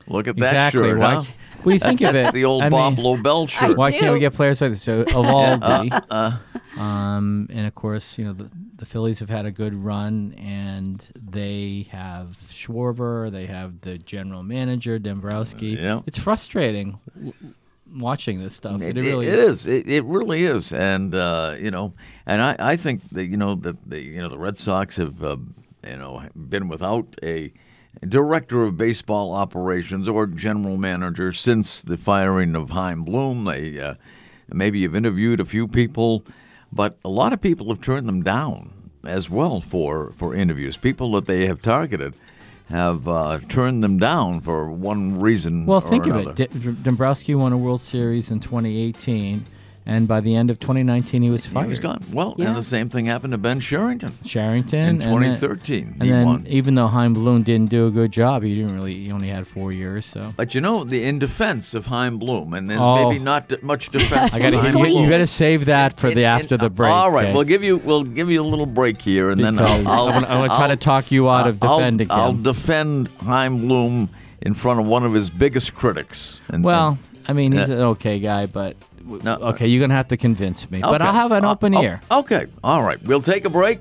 Speaker 1: Look at that
Speaker 2: exactly.
Speaker 1: shirt,
Speaker 2: Why-
Speaker 1: huh?
Speaker 2: What do you think of it?
Speaker 1: That's the old
Speaker 2: I
Speaker 1: Bob
Speaker 2: mean,
Speaker 1: Lobel
Speaker 3: I-
Speaker 1: shirt.
Speaker 2: Why can't we
Speaker 3: Two.
Speaker 2: get players like this? So Evaldi,
Speaker 1: Uh,
Speaker 2: um, and of course, you know the, the Phillies have had a good run, and they have Schwarber, they have the general manager Dombrowski.
Speaker 1: Uh, Yeah.
Speaker 2: It's frustrating w- watching this stuff. It,
Speaker 1: It-
Speaker 2: really
Speaker 1: it
Speaker 2: is.
Speaker 1: is. It, it really is, and uh, you know, and I, I think that you know that the you know the Red Sox have uh, you know been without a director of baseball operations or general manager since the firing of Heim Bloom. They uh, maybe have interviewed a few people, but a lot of people have turned them down as well for for interviews. People that they have targeted. Have uh, turned them down for one reason.
Speaker 2: Well,
Speaker 1: or
Speaker 2: think of
Speaker 1: another.
Speaker 2: it. D- D- Dombrowski won a World Series in 2018, and by the end of 2019, he was fired.
Speaker 1: He was gone. Well,
Speaker 3: Yeah.
Speaker 1: and the same thing happened to Ben Sherrington.
Speaker 2: Charrington
Speaker 1: In
Speaker 2: and then-
Speaker 1: 2013,
Speaker 2: and
Speaker 1: he
Speaker 2: then
Speaker 1: won.
Speaker 2: even though Heim Bloom didn't do a good job, he didn't really. He only had four years, so
Speaker 1: But you know, the in defense of Heim Bloom, and there's
Speaker 2: Oh.
Speaker 1: maybe not d- much defense.
Speaker 2: I gotta,
Speaker 1: of Chaim
Speaker 3: going
Speaker 2: you,
Speaker 1: Bloom.
Speaker 2: you gotta save that for
Speaker 1: In-
Speaker 2: the
Speaker 1: in-
Speaker 2: after the break.
Speaker 1: All right,
Speaker 2: okay?
Speaker 1: we'll give you we'll give you a little break here, and then
Speaker 2: Because
Speaker 1: I'll, I'll,
Speaker 2: I wanna- I wanna try to
Speaker 1: I'll-
Speaker 2: talk you out of
Speaker 1: I'll-
Speaker 2: defending
Speaker 1: I'll,
Speaker 2: him.
Speaker 1: defend Heim Bloom in front of one of his biggest critics. And,
Speaker 2: well, I mean, he's
Speaker 1: Uh,
Speaker 2: an okay guy, but w-
Speaker 1: No.
Speaker 2: okay, you're gonna have to convince me. But
Speaker 1: Okay.
Speaker 2: I'll have an
Speaker 1: Uh,
Speaker 2: open
Speaker 1: oh,
Speaker 2: ear.
Speaker 1: Okay. All right. We'll take a break,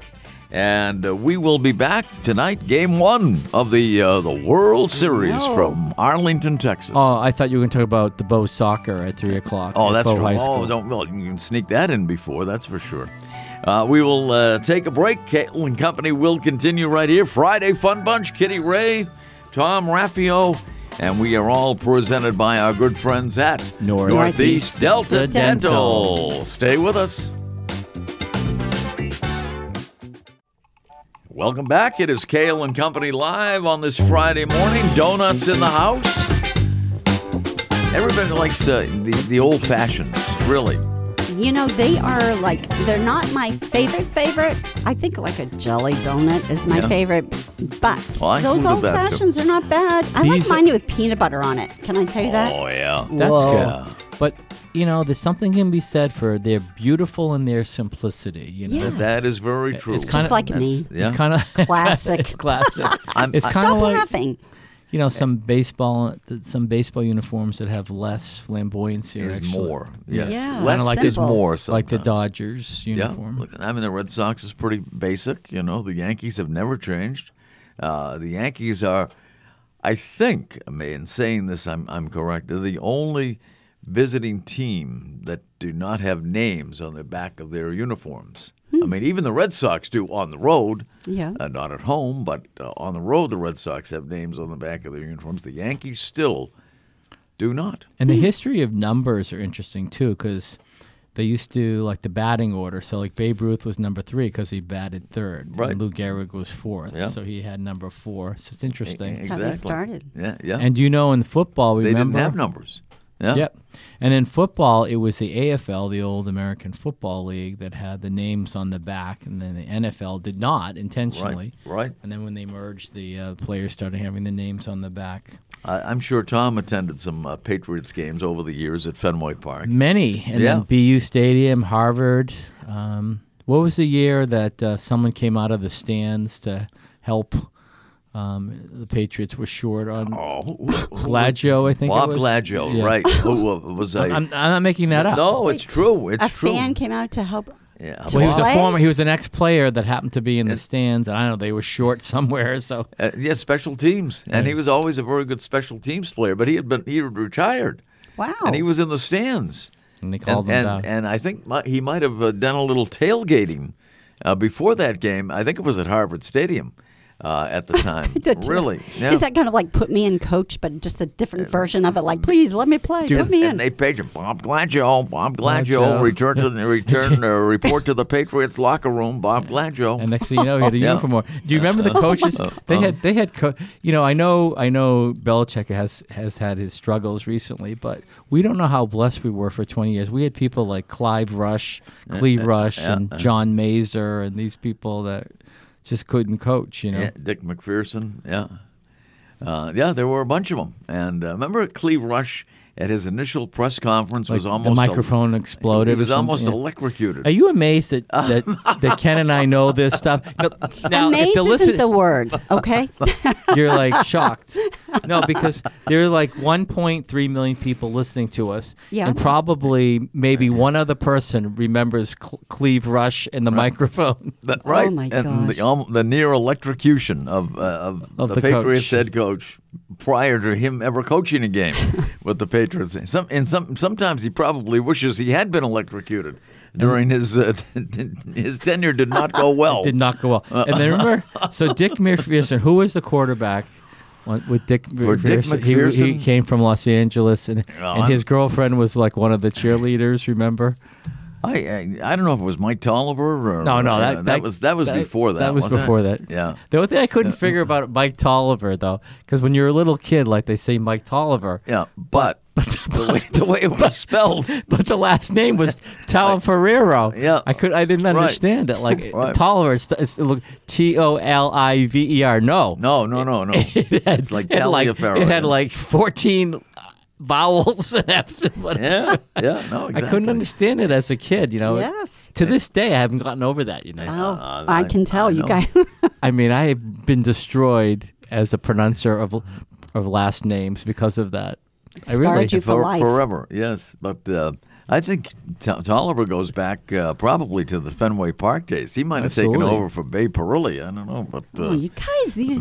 Speaker 1: and uh, we will be back tonight. Game one of the uh, the World Series
Speaker 3: No.
Speaker 1: from Arlington, Texas.
Speaker 2: Oh, I thought you were gonna talk about the Bo soccer at three o'clock.
Speaker 1: Oh,
Speaker 2: at
Speaker 1: that's
Speaker 2: Bow
Speaker 1: true.
Speaker 2: High
Speaker 1: Oh,
Speaker 2: School.
Speaker 1: don't well, you can sneak that in before that's for sure. Uh, we will uh, take a break. Caitlin and Company will continue right here. Friday Fun Bunch, Kitty Ray, Tom Raffio, and we are all presented by our good friends at
Speaker 2: Northeast
Speaker 1: Northeast Delta
Speaker 2: Delta Dental.
Speaker 1: Dental. Stay with us. Welcome back. It is Kale and Company live on this Friday morning. Donuts in the house. Everybody likes uh, the, the old fashions, really.
Speaker 3: You know, they are like they're not my favorite favorite. I think like a jelly donut is my
Speaker 1: Yeah.
Speaker 3: favorite, but
Speaker 1: Well, I
Speaker 3: those
Speaker 1: included
Speaker 3: old
Speaker 1: that, too.
Speaker 3: fashions are not bad. I
Speaker 2: These-
Speaker 3: like mine with peanut butter on it. Can I tell you that?
Speaker 1: Oh, yeah.
Speaker 2: That's
Speaker 3: Whoa.
Speaker 2: good. But you know, there's something can be said for they're beautiful in their simplicity. You know,
Speaker 3: Yeah.
Speaker 1: That is very true.
Speaker 2: It's
Speaker 3: Just
Speaker 2: kinda-
Speaker 3: like me.
Speaker 1: yeah.
Speaker 2: it's kind of
Speaker 3: Classic.
Speaker 2: classic.
Speaker 1: I'm-
Speaker 2: it's
Speaker 1: I-
Speaker 2: kind of
Speaker 3: Stop
Speaker 2: like
Speaker 3: laughing.
Speaker 2: you know some baseball, th- some baseball uniforms that have less flamboyancy.
Speaker 1: is
Speaker 2: actually.
Speaker 1: more. Yes.
Speaker 3: Yeah,
Speaker 1: Less
Speaker 2: like
Speaker 1: is
Speaker 3: the-
Speaker 1: more.
Speaker 2: like the
Speaker 1: sometimes.
Speaker 2: Dodgers
Speaker 1: Yeah.
Speaker 2: uniform.
Speaker 1: Look, I mean, the Red Sox is pretty basic. You know, the Yankees have never changed. Uh, the Yankees are, I think, I mean, in saying this, I'm, I'm correct. They're the only visiting team that do not have names on the back of their uniforms. I mean, even the Red Sox do on the road.
Speaker 3: Hmm. Yeah.
Speaker 1: Uh, not at home, but uh, on the road, the Red Sox have names on the back of their uniforms. The Yankees still do not.
Speaker 2: And the history of numbers are interesting too, because they used to like the batting order. So like Babe Ruth was number three because he batted third.
Speaker 1: Right.
Speaker 2: And Lou Gehrig was fourth,
Speaker 1: Yeah. E-,
Speaker 2: so he had number four. So it's interesting.
Speaker 3: how they started.
Speaker 1: Yeah, yeah.
Speaker 2: And you know, in football,
Speaker 1: they
Speaker 2: remember
Speaker 1: didn't have numbers. Yeah.
Speaker 2: Yep. And in football, it was the AFL, the old American Football League, that had the names on the back, and then the NFL did not intentionally.
Speaker 1: right.
Speaker 2: And then when they merged, the uh, players started having the names on the back.
Speaker 1: I, I'm sure Tom attended some uh, Patriots games over the years at Fenway Park.
Speaker 2: Many. And
Speaker 1: Yeah.
Speaker 2: then BU Stadium, Harvard. Um, what was the year that uh, someone came out of the stands to help? Um, the Patriots were short on
Speaker 1: Oh, who- who-
Speaker 2: Gladjo, I think. it
Speaker 1: Bob
Speaker 2: was.
Speaker 1: Gladjo,
Speaker 2: Yeah.
Speaker 1: right? Who uh, was a?
Speaker 2: I'm, I'm not making that up.
Speaker 1: no, it's true. It's
Speaker 3: A
Speaker 1: true.
Speaker 3: fan came out to help.
Speaker 1: yeah.
Speaker 2: Well, he was a
Speaker 3: Play?
Speaker 2: former. He was an ex-player that happened to be in the stands, and I don't know they were short somewhere. So
Speaker 1: Uh, yeah, special teams, and he was always a very good special teams player. But he had been he had retired,
Speaker 3: Wow.
Speaker 1: and he was in the stands.
Speaker 2: And they Oh. called
Speaker 1: and,
Speaker 2: him
Speaker 1: and,
Speaker 2: down.
Speaker 1: and I think mi- he might have uh, done a little tailgating uh, before that game. I think it was at Harvard Stadium uh, at the time.
Speaker 3: That's-
Speaker 1: really? Yeah.
Speaker 3: Is that kind of like put me in coach, but just a different version of it? Like, please let me play.
Speaker 1: and,
Speaker 3: put me in.
Speaker 1: mm. and they paid him. Bob Gladiola. Bob
Speaker 2: Glad
Speaker 1: Gladiola
Speaker 2: Joe.
Speaker 1: returned to the return uh, report to the Patriots locker room. Bob Gladiola.
Speaker 2: And next thing you know, he had a
Speaker 1: Oh, Yeah. Oh, um,
Speaker 2: uniform. on. Do you remember the coaches? They had they had co- you know I know I know Belichick has has had his struggles recently, but we don't know how blessed we were for 20 years. We had people like Clive Rush, Cleve Rush, and John Mazer, and these people that just couldn't coach. You know,
Speaker 1: Yeah, Dick McPherson. Yeah, uh, yeah, there were a bunch of them. And uh, remember, Cleve Rush at his initial press conference
Speaker 2: like
Speaker 1: was almost
Speaker 2: the
Speaker 1: a-
Speaker 2: microphone exploded.
Speaker 1: He
Speaker 2: or
Speaker 1: was
Speaker 2: something,
Speaker 1: almost
Speaker 2: yeah.
Speaker 1: electrocuted.
Speaker 2: Are you amazed that, that, that Ken and I know this stuff? No, now, if
Speaker 3: Amaze
Speaker 2: the
Speaker 3: isn't
Speaker 2: listen-
Speaker 3: the word, okay?
Speaker 2: you're like shocked. No, because there are like 1.3 million people listening to us,
Speaker 3: Yeah.
Speaker 2: and probably maybe one other person remembers Cl- Cleve Rush and the microphone.
Speaker 1: That- right.
Speaker 3: Oh my
Speaker 1: and
Speaker 3: gosh.
Speaker 1: The, um, the near electrocution of, uh, of,
Speaker 2: Of
Speaker 1: the,
Speaker 2: the
Speaker 1: Patriots
Speaker 2: coach.
Speaker 1: head coach prior to him ever coaching a game with the Patriots. Some, and some, sometimes he probably wishes he had been electrocuted during his uh, his tenure did not go well.
Speaker 2: Did not go well. And then remember, so Dick McPherson, who was the quarterback? on- With Dick
Speaker 1: For Dick
Speaker 2: McPherson, he, he
Speaker 1: McPherson?
Speaker 2: came from Los Angeles, and,
Speaker 1: Oh,
Speaker 2: and
Speaker 1: I'm-
Speaker 2: his girlfriend was like one of the cheerleaders. Remember?
Speaker 1: I, I I don't know if it was Mike Tolliver or
Speaker 2: No, no,
Speaker 1: uh,
Speaker 2: that,
Speaker 1: was that was before that.
Speaker 2: That was
Speaker 1: wasn't it?
Speaker 2: before that.
Speaker 1: Yeah.
Speaker 2: The only thing I couldn't figure about Mike Tolliver though, because when you're a little kid, like they say Mike Tolliver,
Speaker 1: Yeah, but, the, way, the way it was spelled,
Speaker 2: but the last name was Taliaferro.
Speaker 1: Yeah.
Speaker 2: I could I didn't understand it. Like
Speaker 1: Right.
Speaker 2: Tolliver, it's, it's look T O L I V E R. No,
Speaker 1: no, no, no, no.
Speaker 2: it had,
Speaker 1: It's like
Speaker 2: it had like,
Speaker 1: Taliaferro.
Speaker 2: it had like 14 vowels and after. What,
Speaker 1: yeah, yeah, no, exactly.
Speaker 2: I couldn't understand it as a kid. You know.
Speaker 3: yes.
Speaker 2: To this day, I haven't gotten over that. You know.
Speaker 3: Oh,
Speaker 1: Uh,
Speaker 3: I
Speaker 1: I-
Speaker 3: can tell
Speaker 1: I
Speaker 3: you
Speaker 1: know.
Speaker 3: guys.
Speaker 2: I mean, I have been destroyed as a pronouncer of of last names because of that. I
Speaker 3: Scarred
Speaker 2: really
Speaker 3: you for life.
Speaker 1: forever. Yes, but uh, I think T- Tolliver goes back uh, probably to the Fenway Park days. He might have taken
Speaker 2: Absolutely.
Speaker 1: over for Bay Perilli. I don't know, but uh,
Speaker 3: Oh, you guys, these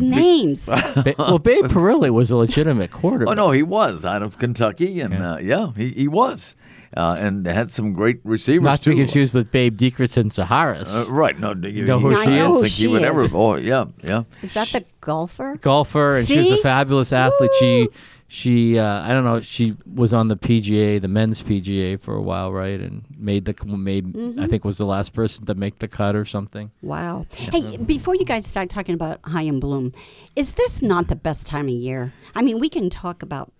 Speaker 3: names.
Speaker 2: Ba- well, Babe Parilli was a legitimate quarterback.
Speaker 1: oh no, he was out of Kentucky, and yeah, uh, yeah he, he was, uh, and had some great receivers
Speaker 2: Not to
Speaker 1: too.
Speaker 2: be confused with Babe Dickerson Saharis,
Speaker 1: Uh, right? No, you,
Speaker 2: Know who
Speaker 1: he-
Speaker 2: she
Speaker 1: I don't
Speaker 2: is?
Speaker 1: think he
Speaker 3: Know who
Speaker 1: would
Speaker 3: she
Speaker 1: ever.
Speaker 3: is.
Speaker 1: Oh yeah, yeah.
Speaker 3: Is that the golfer?
Speaker 2: golfer, and she was
Speaker 3: See?
Speaker 2: a fabulous athlete.
Speaker 3: Woo!
Speaker 2: She she uh, I don't know. She was on the PGA, the men's PGA, for a while, right? And made the made
Speaker 3: Mm-hmm.
Speaker 2: I think was the last person to make the cut or something.
Speaker 3: Wow. Hey, before you guys start talking about High and Bloom, is this not the best time of year? I mean, we can talk about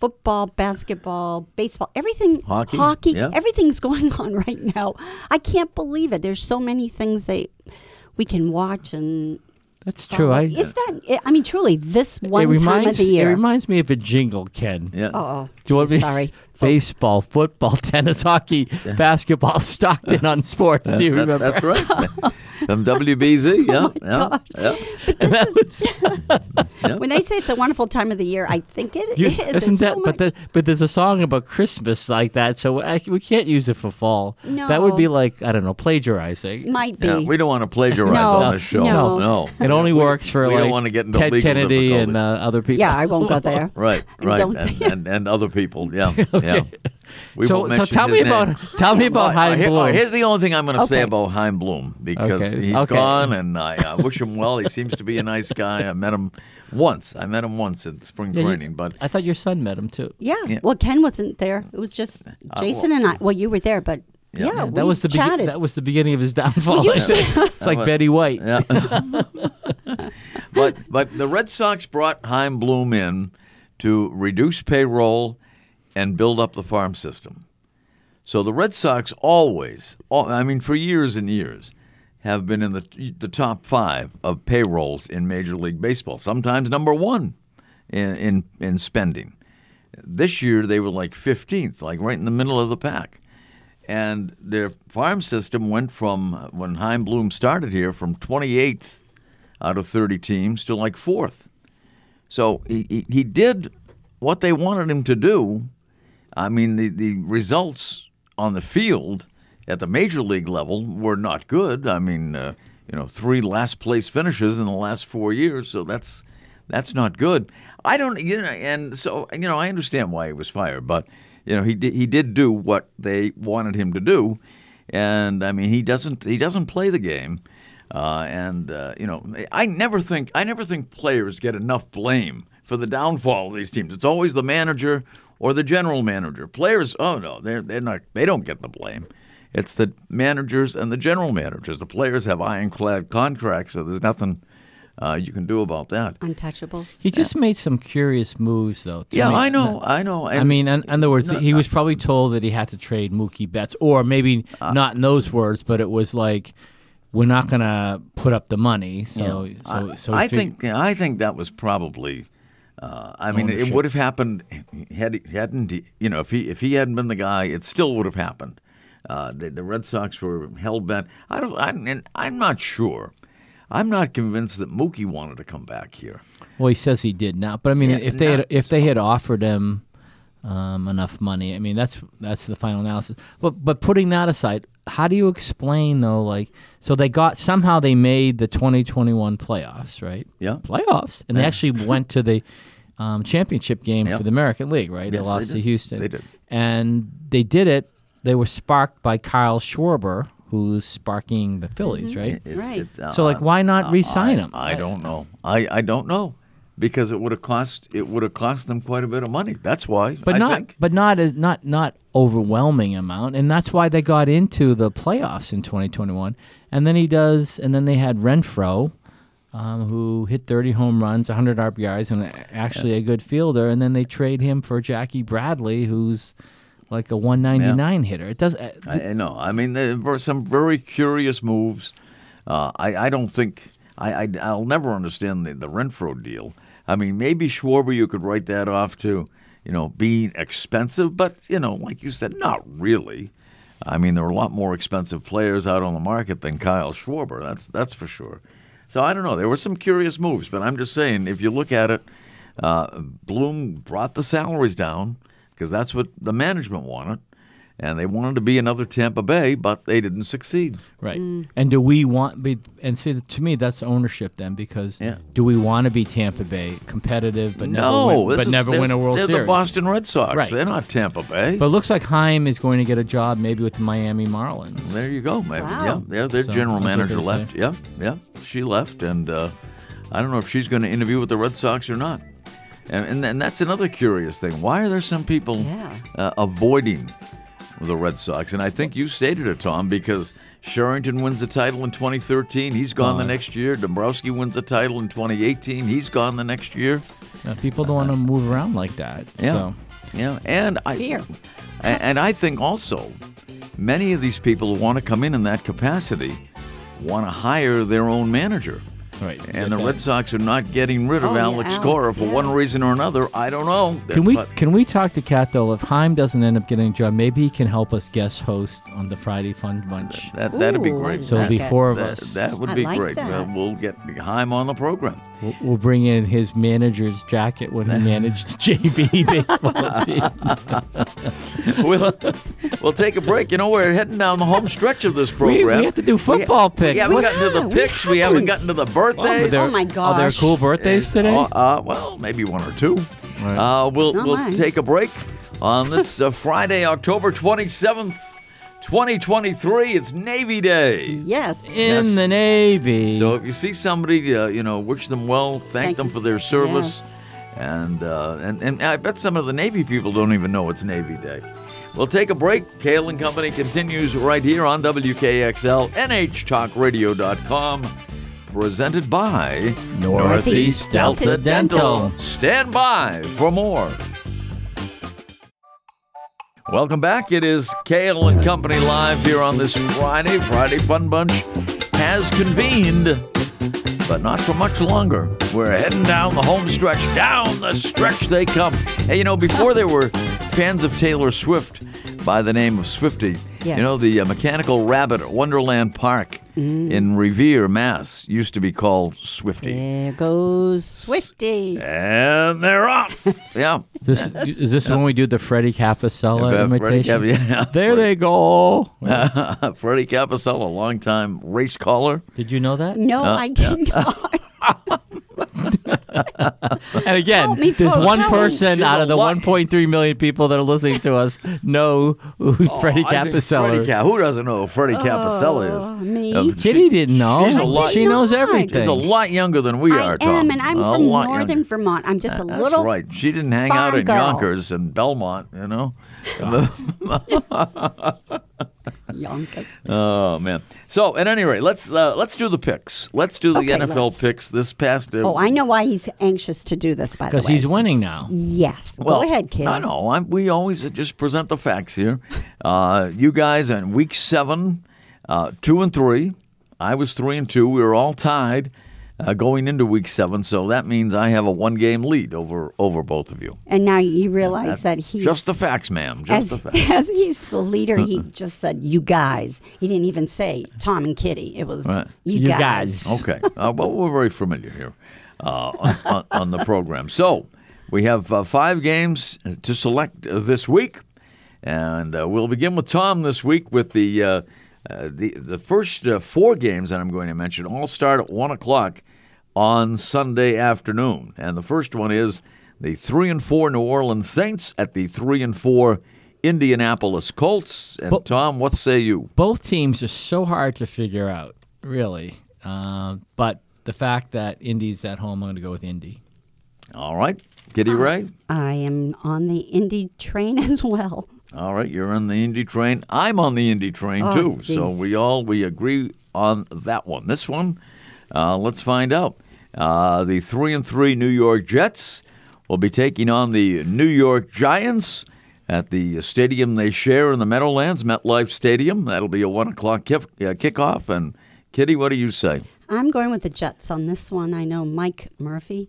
Speaker 3: football, basketball, baseball, everything,
Speaker 1: Hockey, yeah.
Speaker 3: everything's going on right now. I can't believe it. There's so many things that we can watch and uh,
Speaker 2: That's true. I
Speaker 3: is that? I mean, truly, this one
Speaker 2: it
Speaker 3: time
Speaker 2: reminds
Speaker 3: of the year.
Speaker 2: it reminds me of a jingle, Ken.
Speaker 1: Yeah.
Speaker 3: oh,
Speaker 2: Do you want me-
Speaker 3: sorry.
Speaker 2: baseball, football, tennis, hockey, basketball, Stockton on sports. Do you
Speaker 1: That-
Speaker 2: remember?
Speaker 1: that's right. From WBZ,
Speaker 3: Oh,
Speaker 1: yeah, yeah, yeah, yeah.
Speaker 3: When they say it's a wonderful time of the year, I think it
Speaker 2: You-
Speaker 3: is. It's
Speaker 2: isn't that?
Speaker 3: so
Speaker 2: but
Speaker 3: much.
Speaker 2: the, but there's a song about Christmas like that, so I, we can't use it for fall. That would be
Speaker 3: No.
Speaker 2: like I don't know, plagiarizing.
Speaker 3: might be.
Speaker 1: Yeah, we don't want to plagiarize
Speaker 3: No,
Speaker 1: on this show.
Speaker 3: no.
Speaker 1: no.
Speaker 2: It only works for
Speaker 1: Oh. we
Speaker 2: like
Speaker 1: don't want to get into
Speaker 2: Ted
Speaker 1: legal
Speaker 2: Kennedy and
Speaker 1: difficulty.
Speaker 2: uh, other people.
Speaker 3: Yeah, I won't go there.
Speaker 1: Right, right,
Speaker 3: don't
Speaker 1: and,
Speaker 3: think-
Speaker 1: and, and other people, yeah, yeah. We
Speaker 2: so
Speaker 1: won't
Speaker 2: so
Speaker 1: mention
Speaker 2: tell me
Speaker 1: his name.
Speaker 2: about tell me about
Speaker 1: Well, uh,
Speaker 2: High
Speaker 1: here-
Speaker 2: Blue.
Speaker 1: oh, here's the only thing I'm going to say
Speaker 3: Okay.
Speaker 1: about Heim Bloom because
Speaker 2: Okay,
Speaker 1: he's
Speaker 2: okay.
Speaker 1: gone, and I, I wish him well. He seems to be a nice guy. I met him once. I met him once at spring
Speaker 2: Yeah, you-
Speaker 1: training, but
Speaker 2: I thought your son met him too.
Speaker 3: Yeah.
Speaker 1: Yeah. Uh,
Speaker 3: Well, Ken wasn't there. It was just Jason and I. Well, you were there, but yeah,
Speaker 1: Yeah,
Speaker 3: we
Speaker 2: that was the
Speaker 3: chatted.
Speaker 2: that was the beginning of his downfall.
Speaker 3: you
Speaker 2: I
Speaker 3: said-
Speaker 2: think. it's like
Speaker 1: was-
Speaker 2: Betty White.
Speaker 1: Yeah. but but the Red Sox brought Heim Bloom in to reduce payroll and build up the farm system. So the Red Sox always, al- I mean, for years and years, have been in the the top five of payrolls in Major League Baseball. Sometimes number one in in, in spending. This year they were like 15th, like right in the middle of the pack. And their farm system went from uh, when Heim Bloom started here from 28th out of 30 teams to like fourth. So he, he, he did what they wanted him to do. I mean, the, the results on the field at the major league level were not good. I mean, uh, you know, three last place finishes in the last four years, so that's that's not good. I don't, you know, and so you know, I understand why he was fired, but you know, he did, he did do what they wanted him to do, and I mean, he doesn't he doesn't play the game, uh, and uh, you know, I never think I never think players get enough blame for the downfall of these teams. It's always the manager or the general manager. Players, oh no, they're they're not they don't get the blame. It's the managers and the general managers. The players have ironclad contracts, so there's nothing uh, you can do about that.
Speaker 3: Untouchables.
Speaker 2: He just made some curious moves, though. to
Speaker 1: Yeah,
Speaker 2: me.
Speaker 1: I know, uh, I know.
Speaker 2: I
Speaker 1: and-
Speaker 2: mean, in, in other words,
Speaker 1: No,
Speaker 2: he was probably told that he had to trade Mookie Betts, or maybe
Speaker 1: Uh,
Speaker 2: not in those words, but it was like, "We're not gonna put up the money." So, so, so
Speaker 1: I
Speaker 2: fig-
Speaker 1: think I think that was probably. Uh, I mean, it
Speaker 2: Ownership.
Speaker 1: would have happened had he hadn't he- you know if he if he hadn't been the guy, it still would have happened. Uh, the, the Red Sox were hell bent. I don't. I'm, and I'm not sure. I'm not convinced that Mookie wanted to come back here.
Speaker 2: Well, he says he did not, but I mean,
Speaker 1: Yeah,
Speaker 2: if they
Speaker 1: not-
Speaker 2: had, if they had offered him um, enough money, I mean, that's that's the final analysis. But but putting that aside, how do you explain though? Like, so they got somehow they made the 2021 playoffs, right?
Speaker 1: Yeah.
Speaker 2: playoffs, and they actually went to the um, championship game
Speaker 1: Yeah.
Speaker 2: for the American League, right?
Speaker 1: Yes,
Speaker 2: they
Speaker 1: they
Speaker 2: lost to
Speaker 1: did.
Speaker 2: Houston.
Speaker 1: They did.
Speaker 2: and they did it. They were sparked by Kyle Schwarber, who's sparking the Phillies,
Speaker 1: Mm-hmm.
Speaker 2: right?
Speaker 1: It's-
Speaker 3: Right.
Speaker 1: it's, uh,
Speaker 2: So like, why not re-sign him?
Speaker 1: I don't know. I, I don't know because it would have cost it would have cost them quite a bit of money. That's why.
Speaker 2: but
Speaker 1: I
Speaker 2: not
Speaker 1: think.
Speaker 2: but not as not not overwhelming amount and that's why they got into the playoffs in 2021 and then he does and then they had renfro um, who hit 30 home runs 100 rbis and a- actually a good fielder and then they trade him for jackie bradley who's like a 199 hitter it does uh,
Speaker 1: I, I know. I mean, there were some very curious moves. Uh, I, I don't think I, I I'll never understand the, the Renfro deal. I mean, maybe Schwarber, you could write that off to, you know, being expensive, but you know, like you said, not really. I mean, there are a lot more expensive players out on the market than Kyle Schwarber. That's that's for sure. So I don't know. There were some curious moves, but I'm just saying, if you look at it, uh, Bloom brought the salaries down because that's what the management wanted, and they wanted to be another Tampa Bay, but they didn't succeed.
Speaker 2: Right. And do we want be and see to me that's ownership then because
Speaker 1: Yeah.
Speaker 2: do we want to be Tampa Bay competitive but never
Speaker 1: no,
Speaker 2: win,
Speaker 1: this
Speaker 2: but
Speaker 1: is-
Speaker 2: never
Speaker 1: they're-
Speaker 2: win a World
Speaker 1: they're
Speaker 2: Series?
Speaker 1: the Boston Red Sox.
Speaker 2: Right.
Speaker 1: They're not Tampa Bay.
Speaker 2: But it looks like Heim is going to get a job maybe with the Miami Marlins.
Speaker 1: There you go, maybe. Yeah,
Speaker 3: Wow.
Speaker 1: yeah. Their
Speaker 2: So,
Speaker 1: general
Speaker 2: that's what
Speaker 1: manager
Speaker 2: they
Speaker 1: left. Yeah, yeah. She left, and uh, I don't know if she's going to interview with the Red Sox or not. And, and, and that's another curious thing. Why are there some people
Speaker 3: Yeah.
Speaker 1: uh, avoiding the Red Sox? And I think you stated it, Tom, because Sherrington wins the title in 2013. He's gone the
Speaker 2: Gone.
Speaker 1: next year. Dombrowski wins the title in 2018. He's gone the next year.
Speaker 2: Now, people don't want to move around like that.
Speaker 1: Yeah.
Speaker 2: So
Speaker 1: Yeah, and I
Speaker 3: Fear.
Speaker 1: a- and I think also many of these people who want to come in in that capacity want to hire their own manager.
Speaker 2: right.
Speaker 1: And the
Speaker 2: okay.
Speaker 1: Red Sox are not getting rid of
Speaker 3: Oh, yeah,
Speaker 1: Alex
Speaker 3: Alex,
Speaker 1: Cora for
Speaker 3: yeah.
Speaker 1: one reason or another. I don't know.
Speaker 2: can we
Speaker 1: But-
Speaker 2: can we talk to Kat though? If Heim doesn't end up getting a job, maybe he can help us guest host on the Friday Fun Bunch.
Speaker 1: that that'd be
Speaker 3: Ooh,
Speaker 1: great.
Speaker 2: So it'll
Speaker 3: like
Speaker 2: be
Speaker 3: it.
Speaker 2: four of
Speaker 1: that,
Speaker 2: us.
Speaker 1: that would
Speaker 3: I
Speaker 1: be
Speaker 3: like
Speaker 1: great.
Speaker 3: that.
Speaker 1: Well, we'll get Heim on the program.
Speaker 2: We'll, we'll bring in his manager's jacket when he managed the JV baseball team.
Speaker 1: we'll, we'll take a break. You know, we're heading down the home stretch of this
Speaker 2: We,
Speaker 1: program.
Speaker 2: we have to do football picks.
Speaker 1: Yeah, we
Speaker 2: What-
Speaker 1: haven't gotten to the
Speaker 3: Yeah, we
Speaker 1: picks. We haven't
Speaker 3: haven't.
Speaker 1: gotten to the birthdays.
Speaker 3: there- Oh my
Speaker 2: Are there
Speaker 3: gosh.
Speaker 2: cool birthdays today?
Speaker 1: Uh, uh, well, maybe one or two.
Speaker 2: Right.
Speaker 1: Uh, we'll
Speaker 3: Not
Speaker 1: we'll
Speaker 3: mine.
Speaker 1: take a break on this uh, Friday, October 27th, 2023. It's Navy Day.
Speaker 3: Yes.
Speaker 2: in
Speaker 1: yes.
Speaker 2: the Navy.
Speaker 1: So if you see somebody, uh, you know, wish them well, thank,
Speaker 3: Thank-
Speaker 1: them for their service.
Speaker 3: yes.
Speaker 1: And, uh, and, and I bet some of the Navy people don't even know it's Navy Day. We'll take a break. Kale and Company continues right here on WKXL, NHTalkRadio.com, presented by
Speaker 2: Northeast Delta Dental.
Speaker 1: Stand by for more. Welcome back. It is Kale and Company live here on this Friday. Friday Fun Bunch has convened, but not for much longer. We're heading down the home stretch. Down the stretch they come. Hey, you know, before there were fans of Taylor Swift by the name of Swifty,
Speaker 3: Yes.
Speaker 1: you know, the uh, mechanical rabbit at Wonderland Park
Speaker 3: Mm.
Speaker 1: in Revere, Mass, used to be called Swifty.
Speaker 3: There goes Swifty.
Speaker 1: And they're off. yeah.
Speaker 2: This is this when we do the Freddie Capicella
Speaker 1: Yeah, Freddie
Speaker 2: imitation.
Speaker 1: Cap- yeah.
Speaker 2: There they go.
Speaker 1: Freddie Capicella, longtime race caller.
Speaker 2: Did you know that?
Speaker 3: No, I did not.
Speaker 2: And again,
Speaker 3: Help me,
Speaker 2: there's
Speaker 3: folks,
Speaker 2: one
Speaker 3: help me.
Speaker 2: person
Speaker 1: She's
Speaker 2: out
Speaker 1: a
Speaker 2: of the
Speaker 1: lot-
Speaker 2: 1.3 million people that are listening to us know who Freddie
Speaker 1: Oh, I think Freddie
Speaker 2: Capicella.
Speaker 1: Cap- who doesn't know who Freddie Capicella is?
Speaker 3: Oh, me.
Speaker 1: Uh,
Speaker 2: Kitty didn't know.
Speaker 1: She's a
Speaker 3: I
Speaker 1: lot.
Speaker 3: did
Speaker 2: she knows
Speaker 3: not.
Speaker 2: everything.
Speaker 1: She's a lot younger than we
Speaker 3: I
Speaker 1: are.
Speaker 3: am,
Speaker 1: Tom.
Speaker 3: and I'm
Speaker 1: a
Speaker 3: from
Speaker 1: lot
Speaker 3: northern
Speaker 1: younger. Uh,
Speaker 3: Vermont. I'm just a
Speaker 1: That's
Speaker 3: little.
Speaker 1: right. She didn't hang out
Speaker 3: farm
Speaker 1: in
Speaker 3: girl.
Speaker 1: Yonkers and Belmont, you know.
Speaker 3: Yonkers.
Speaker 1: oh man. So at any rate, let's uh, let's do the picks. Let's do the
Speaker 3: Okay,
Speaker 1: NFL
Speaker 3: let's.
Speaker 1: picks this past. Uh,
Speaker 3: Oh, I know why he's anxious to do this. By the way,
Speaker 2: Because he's winning now.
Speaker 3: yes. Go ahead, kid.
Speaker 1: No, no. I'm, we always just present the facts here. Uh, you guys in week seven, uh, two and three. I was three and two. We were all tied uh, going into week seven. So that means I have a one game lead over over both of you.
Speaker 3: And now you realize that he's
Speaker 1: just the facts, ma'am. Just
Speaker 3: as,
Speaker 1: the facts.
Speaker 3: as he's the leader, he just said, "You guys." He didn't even say Tom and Kitty. It was
Speaker 1: Right.
Speaker 3: you,
Speaker 2: You
Speaker 3: guys.
Speaker 2: guys.
Speaker 1: Okay. Uh, well, we're very familiar here uh, on, on, on the program. So we have uh, five games to select uh, this week, and uh, we'll begin with Tom this week with the uh, uh, the the first uh, four games that I'm going to mention all start at one o'clock on Sunday afternoon, and the first one is the three and four New Orleans Saints at the three and four. Indianapolis Colts and
Speaker 2: But-
Speaker 1: Tom, what say you?
Speaker 2: both teams are so hard to figure out, really. Uh, but the fact that Indy's at home, I'm going to go with Indy.
Speaker 1: All right, Giddy Ray.
Speaker 3: I am on the indie train as well.
Speaker 1: All right, you're on the Indy train. I'm on the Indy train
Speaker 3: Oh,
Speaker 1: too.
Speaker 3: geez.
Speaker 1: So we all we agree on that one. This one, uh, let's find out. Uh, the three and three New York Jets will be taking on the New York Giants at the stadium they share in the Meadowlands, MetLife Stadium. That'll be a one o'clock kif- uh, kickoff. And Kitty, what do you say?
Speaker 3: I'm going with the Jets on this one. I know Mike Murphy,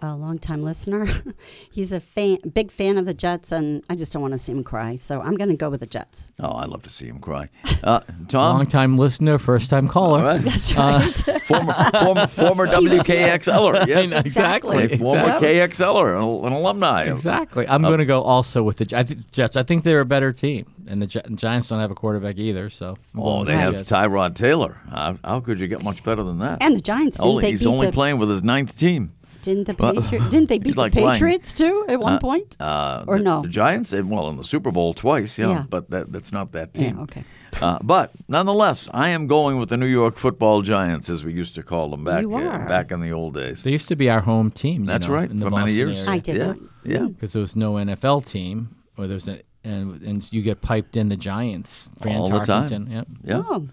Speaker 3: a longtime listener. He's a fan, big fan of the Jets, and I just don't want to see him cry. So I'm going to go with the Jets.
Speaker 1: Oh, I love to see him cry. Uh,
Speaker 2: Long
Speaker 1: Tom,
Speaker 2: time listener, first time caller.
Speaker 1: all right.
Speaker 3: That's right.
Speaker 1: former former, former WKXLer, yes,
Speaker 2: Exactly.
Speaker 1: a former
Speaker 2: Exactly.
Speaker 1: KXLer, an- an alumni. of-
Speaker 2: Exactly. I'm
Speaker 1: Um,
Speaker 2: going to go also with the Gi- I think the Jets. I think they're a better team, and the Gi- Giants don't have a quarterback either. So I'm going
Speaker 1: Oh,
Speaker 2: with
Speaker 1: they
Speaker 2: the
Speaker 1: have
Speaker 2: Jets.
Speaker 1: Tyrod Taylor. How, how could you get much better than that?
Speaker 3: and the Giants didn't
Speaker 1: only,
Speaker 3: they
Speaker 1: he's
Speaker 3: beat
Speaker 1: only
Speaker 3: the,
Speaker 1: playing with his ninth team.
Speaker 3: didn't the
Speaker 1: Well,
Speaker 3: Patriot, didn't they beat
Speaker 1: he's
Speaker 3: the
Speaker 1: like Lang.
Speaker 3: Patriots too at one point?
Speaker 1: Uh,
Speaker 3: Or
Speaker 1: the,
Speaker 3: no.
Speaker 1: the Giants. eh, Well, in the Super Bowl twice, yeah,
Speaker 3: Yeah.
Speaker 1: but that, that's not that
Speaker 3: Yeah,
Speaker 1: team.
Speaker 3: okay.
Speaker 1: Uh, but nonetheless, I am going with the New York Football Giants, as we used to call them back
Speaker 3: You
Speaker 1: uh,
Speaker 3: are.
Speaker 1: back in the old days.
Speaker 2: They used to be our home team. you
Speaker 1: That's
Speaker 2: know,
Speaker 1: right,
Speaker 2: In the
Speaker 1: for many
Speaker 2: Boston
Speaker 1: years.
Speaker 3: I
Speaker 2: area.
Speaker 3: did
Speaker 1: yeah,
Speaker 3: not. Hmm.
Speaker 1: yeah.
Speaker 2: because there was no NFL team, or there's an and, and you get piped in the Giants. Fran
Speaker 1: All the time.
Speaker 2: Tarkenton, Yep.
Speaker 1: Yeah,
Speaker 3: Oh,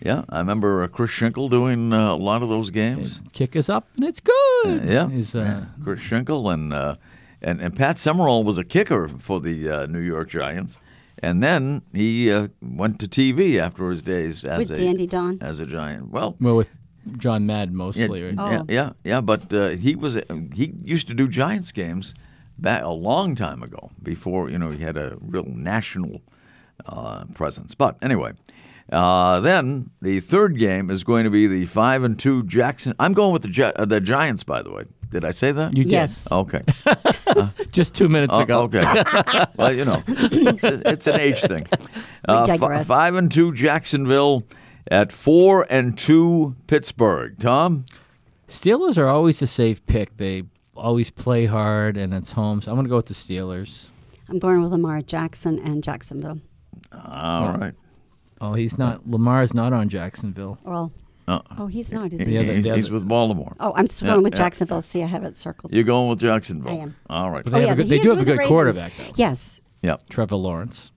Speaker 1: yeah. I remember uh, Chris Schinkel doing uh, a lot of those games.
Speaker 2: Kick us up, and it's good.
Speaker 1: Yeah,
Speaker 2: Is,
Speaker 1: yeah.
Speaker 2: uh,
Speaker 1: Chris Schenkel and uh, and and Pat Summerall was a kicker for the uh, New York Giants, and then he uh, went to TV after his days as
Speaker 3: with
Speaker 1: a
Speaker 3: Dandy Don.
Speaker 1: as a Giant. Well.
Speaker 2: Well, with John Madden
Speaker 1: Yeah,
Speaker 2: mostly. right?
Speaker 1: yeah,
Speaker 3: Oh.
Speaker 1: yeah, yeah, but uh, he was he used to do Giants games back a long time ago before you know he had a real national uh, presence. But anyway, uh, then the third game is going to be the five and two Jackson. I'm going with the Gi- uh, the Giants, by the way. Did I say that?
Speaker 2: You did.
Speaker 3: Yes.
Speaker 1: Okay.
Speaker 2: Just two minutes
Speaker 1: Oh,
Speaker 2: ago.
Speaker 1: okay. well, you know, it's, it's- it's an age thing. Uh, fi-
Speaker 3: digress.
Speaker 1: five and two Jacksonville at four and two Pittsburgh. Tom,
Speaker 2: Steelers are always a safe pick. They always play hard, and it's home. So I'm going to go with the Steelers.
Speaker 3: I'm going with Lamar Jackson and Jacksonville.
Speaker 1: all right.
Speaker 2: Oh, he's not. Lamar's not on Jacksonville.
Speaker 3: Well, oh, he's not, is he?
Speaker 2: Yeah, the-
Speaker 1: Uh, he's,
Speaker 2: the
Speaker 1: he's
Speaker 2: other-
Speaker 1: with Baltimore.
Speaker 3: Oh, I'm still
Speaker 1: Yeah,
Speaker 3: going with
Speaker 1: yeah.
Speaker 3: Jacksonville. See, I have it circled.
Speaker 1: You're going with Jacksonville.
Speaker 3: I am.
Speaker 1: All right.
Speaker 2: But they- have a good-
Speaker 3: but
Speaker 2: they
Speaker 3: he
Speaker 2: do have a
Speaker 3: is with the
Speaker 2: good
Speaker 3: Ravens.
Speaker 2: quarterback, though.
Speaker 3: Yes.
Speaker 1: yeah.
Speaker 2: Trevor Lawrence.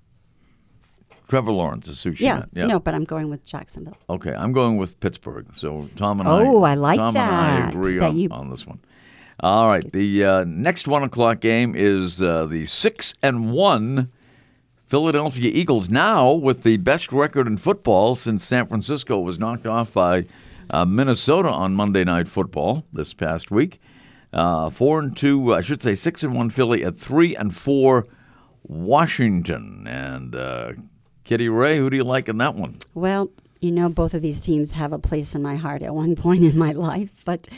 Speaker 1: Trevor Lawrence is sushi.
Speaker 3: Yeah. No, but I'm going with Jacksonville.
Speaker 1: Okay, I'm going with Pittsburgh. So Tom and I.
Speaker 3: Oh, I like
Speaker 1: Tom and I
Speaker 3: that,
Speaker 1: agree
Speaker 3: that
Speaker 1: on,
Speaker 3: you-
Speaker 1: on this one. All right, the uh, next one o'clock game is uh, the six and one Philadelphia Eagles now with the best record in football since San Francisco was knocked off by uh, Minnesota on Monday Night Football this past week. Uh, four and two, I should say six and one Philly at three and four Washington and uh, Kitty Ray. Who do you like in that one?
Speaker 3: Well, you know, both of these teams have a place in my heart at one point in my life, but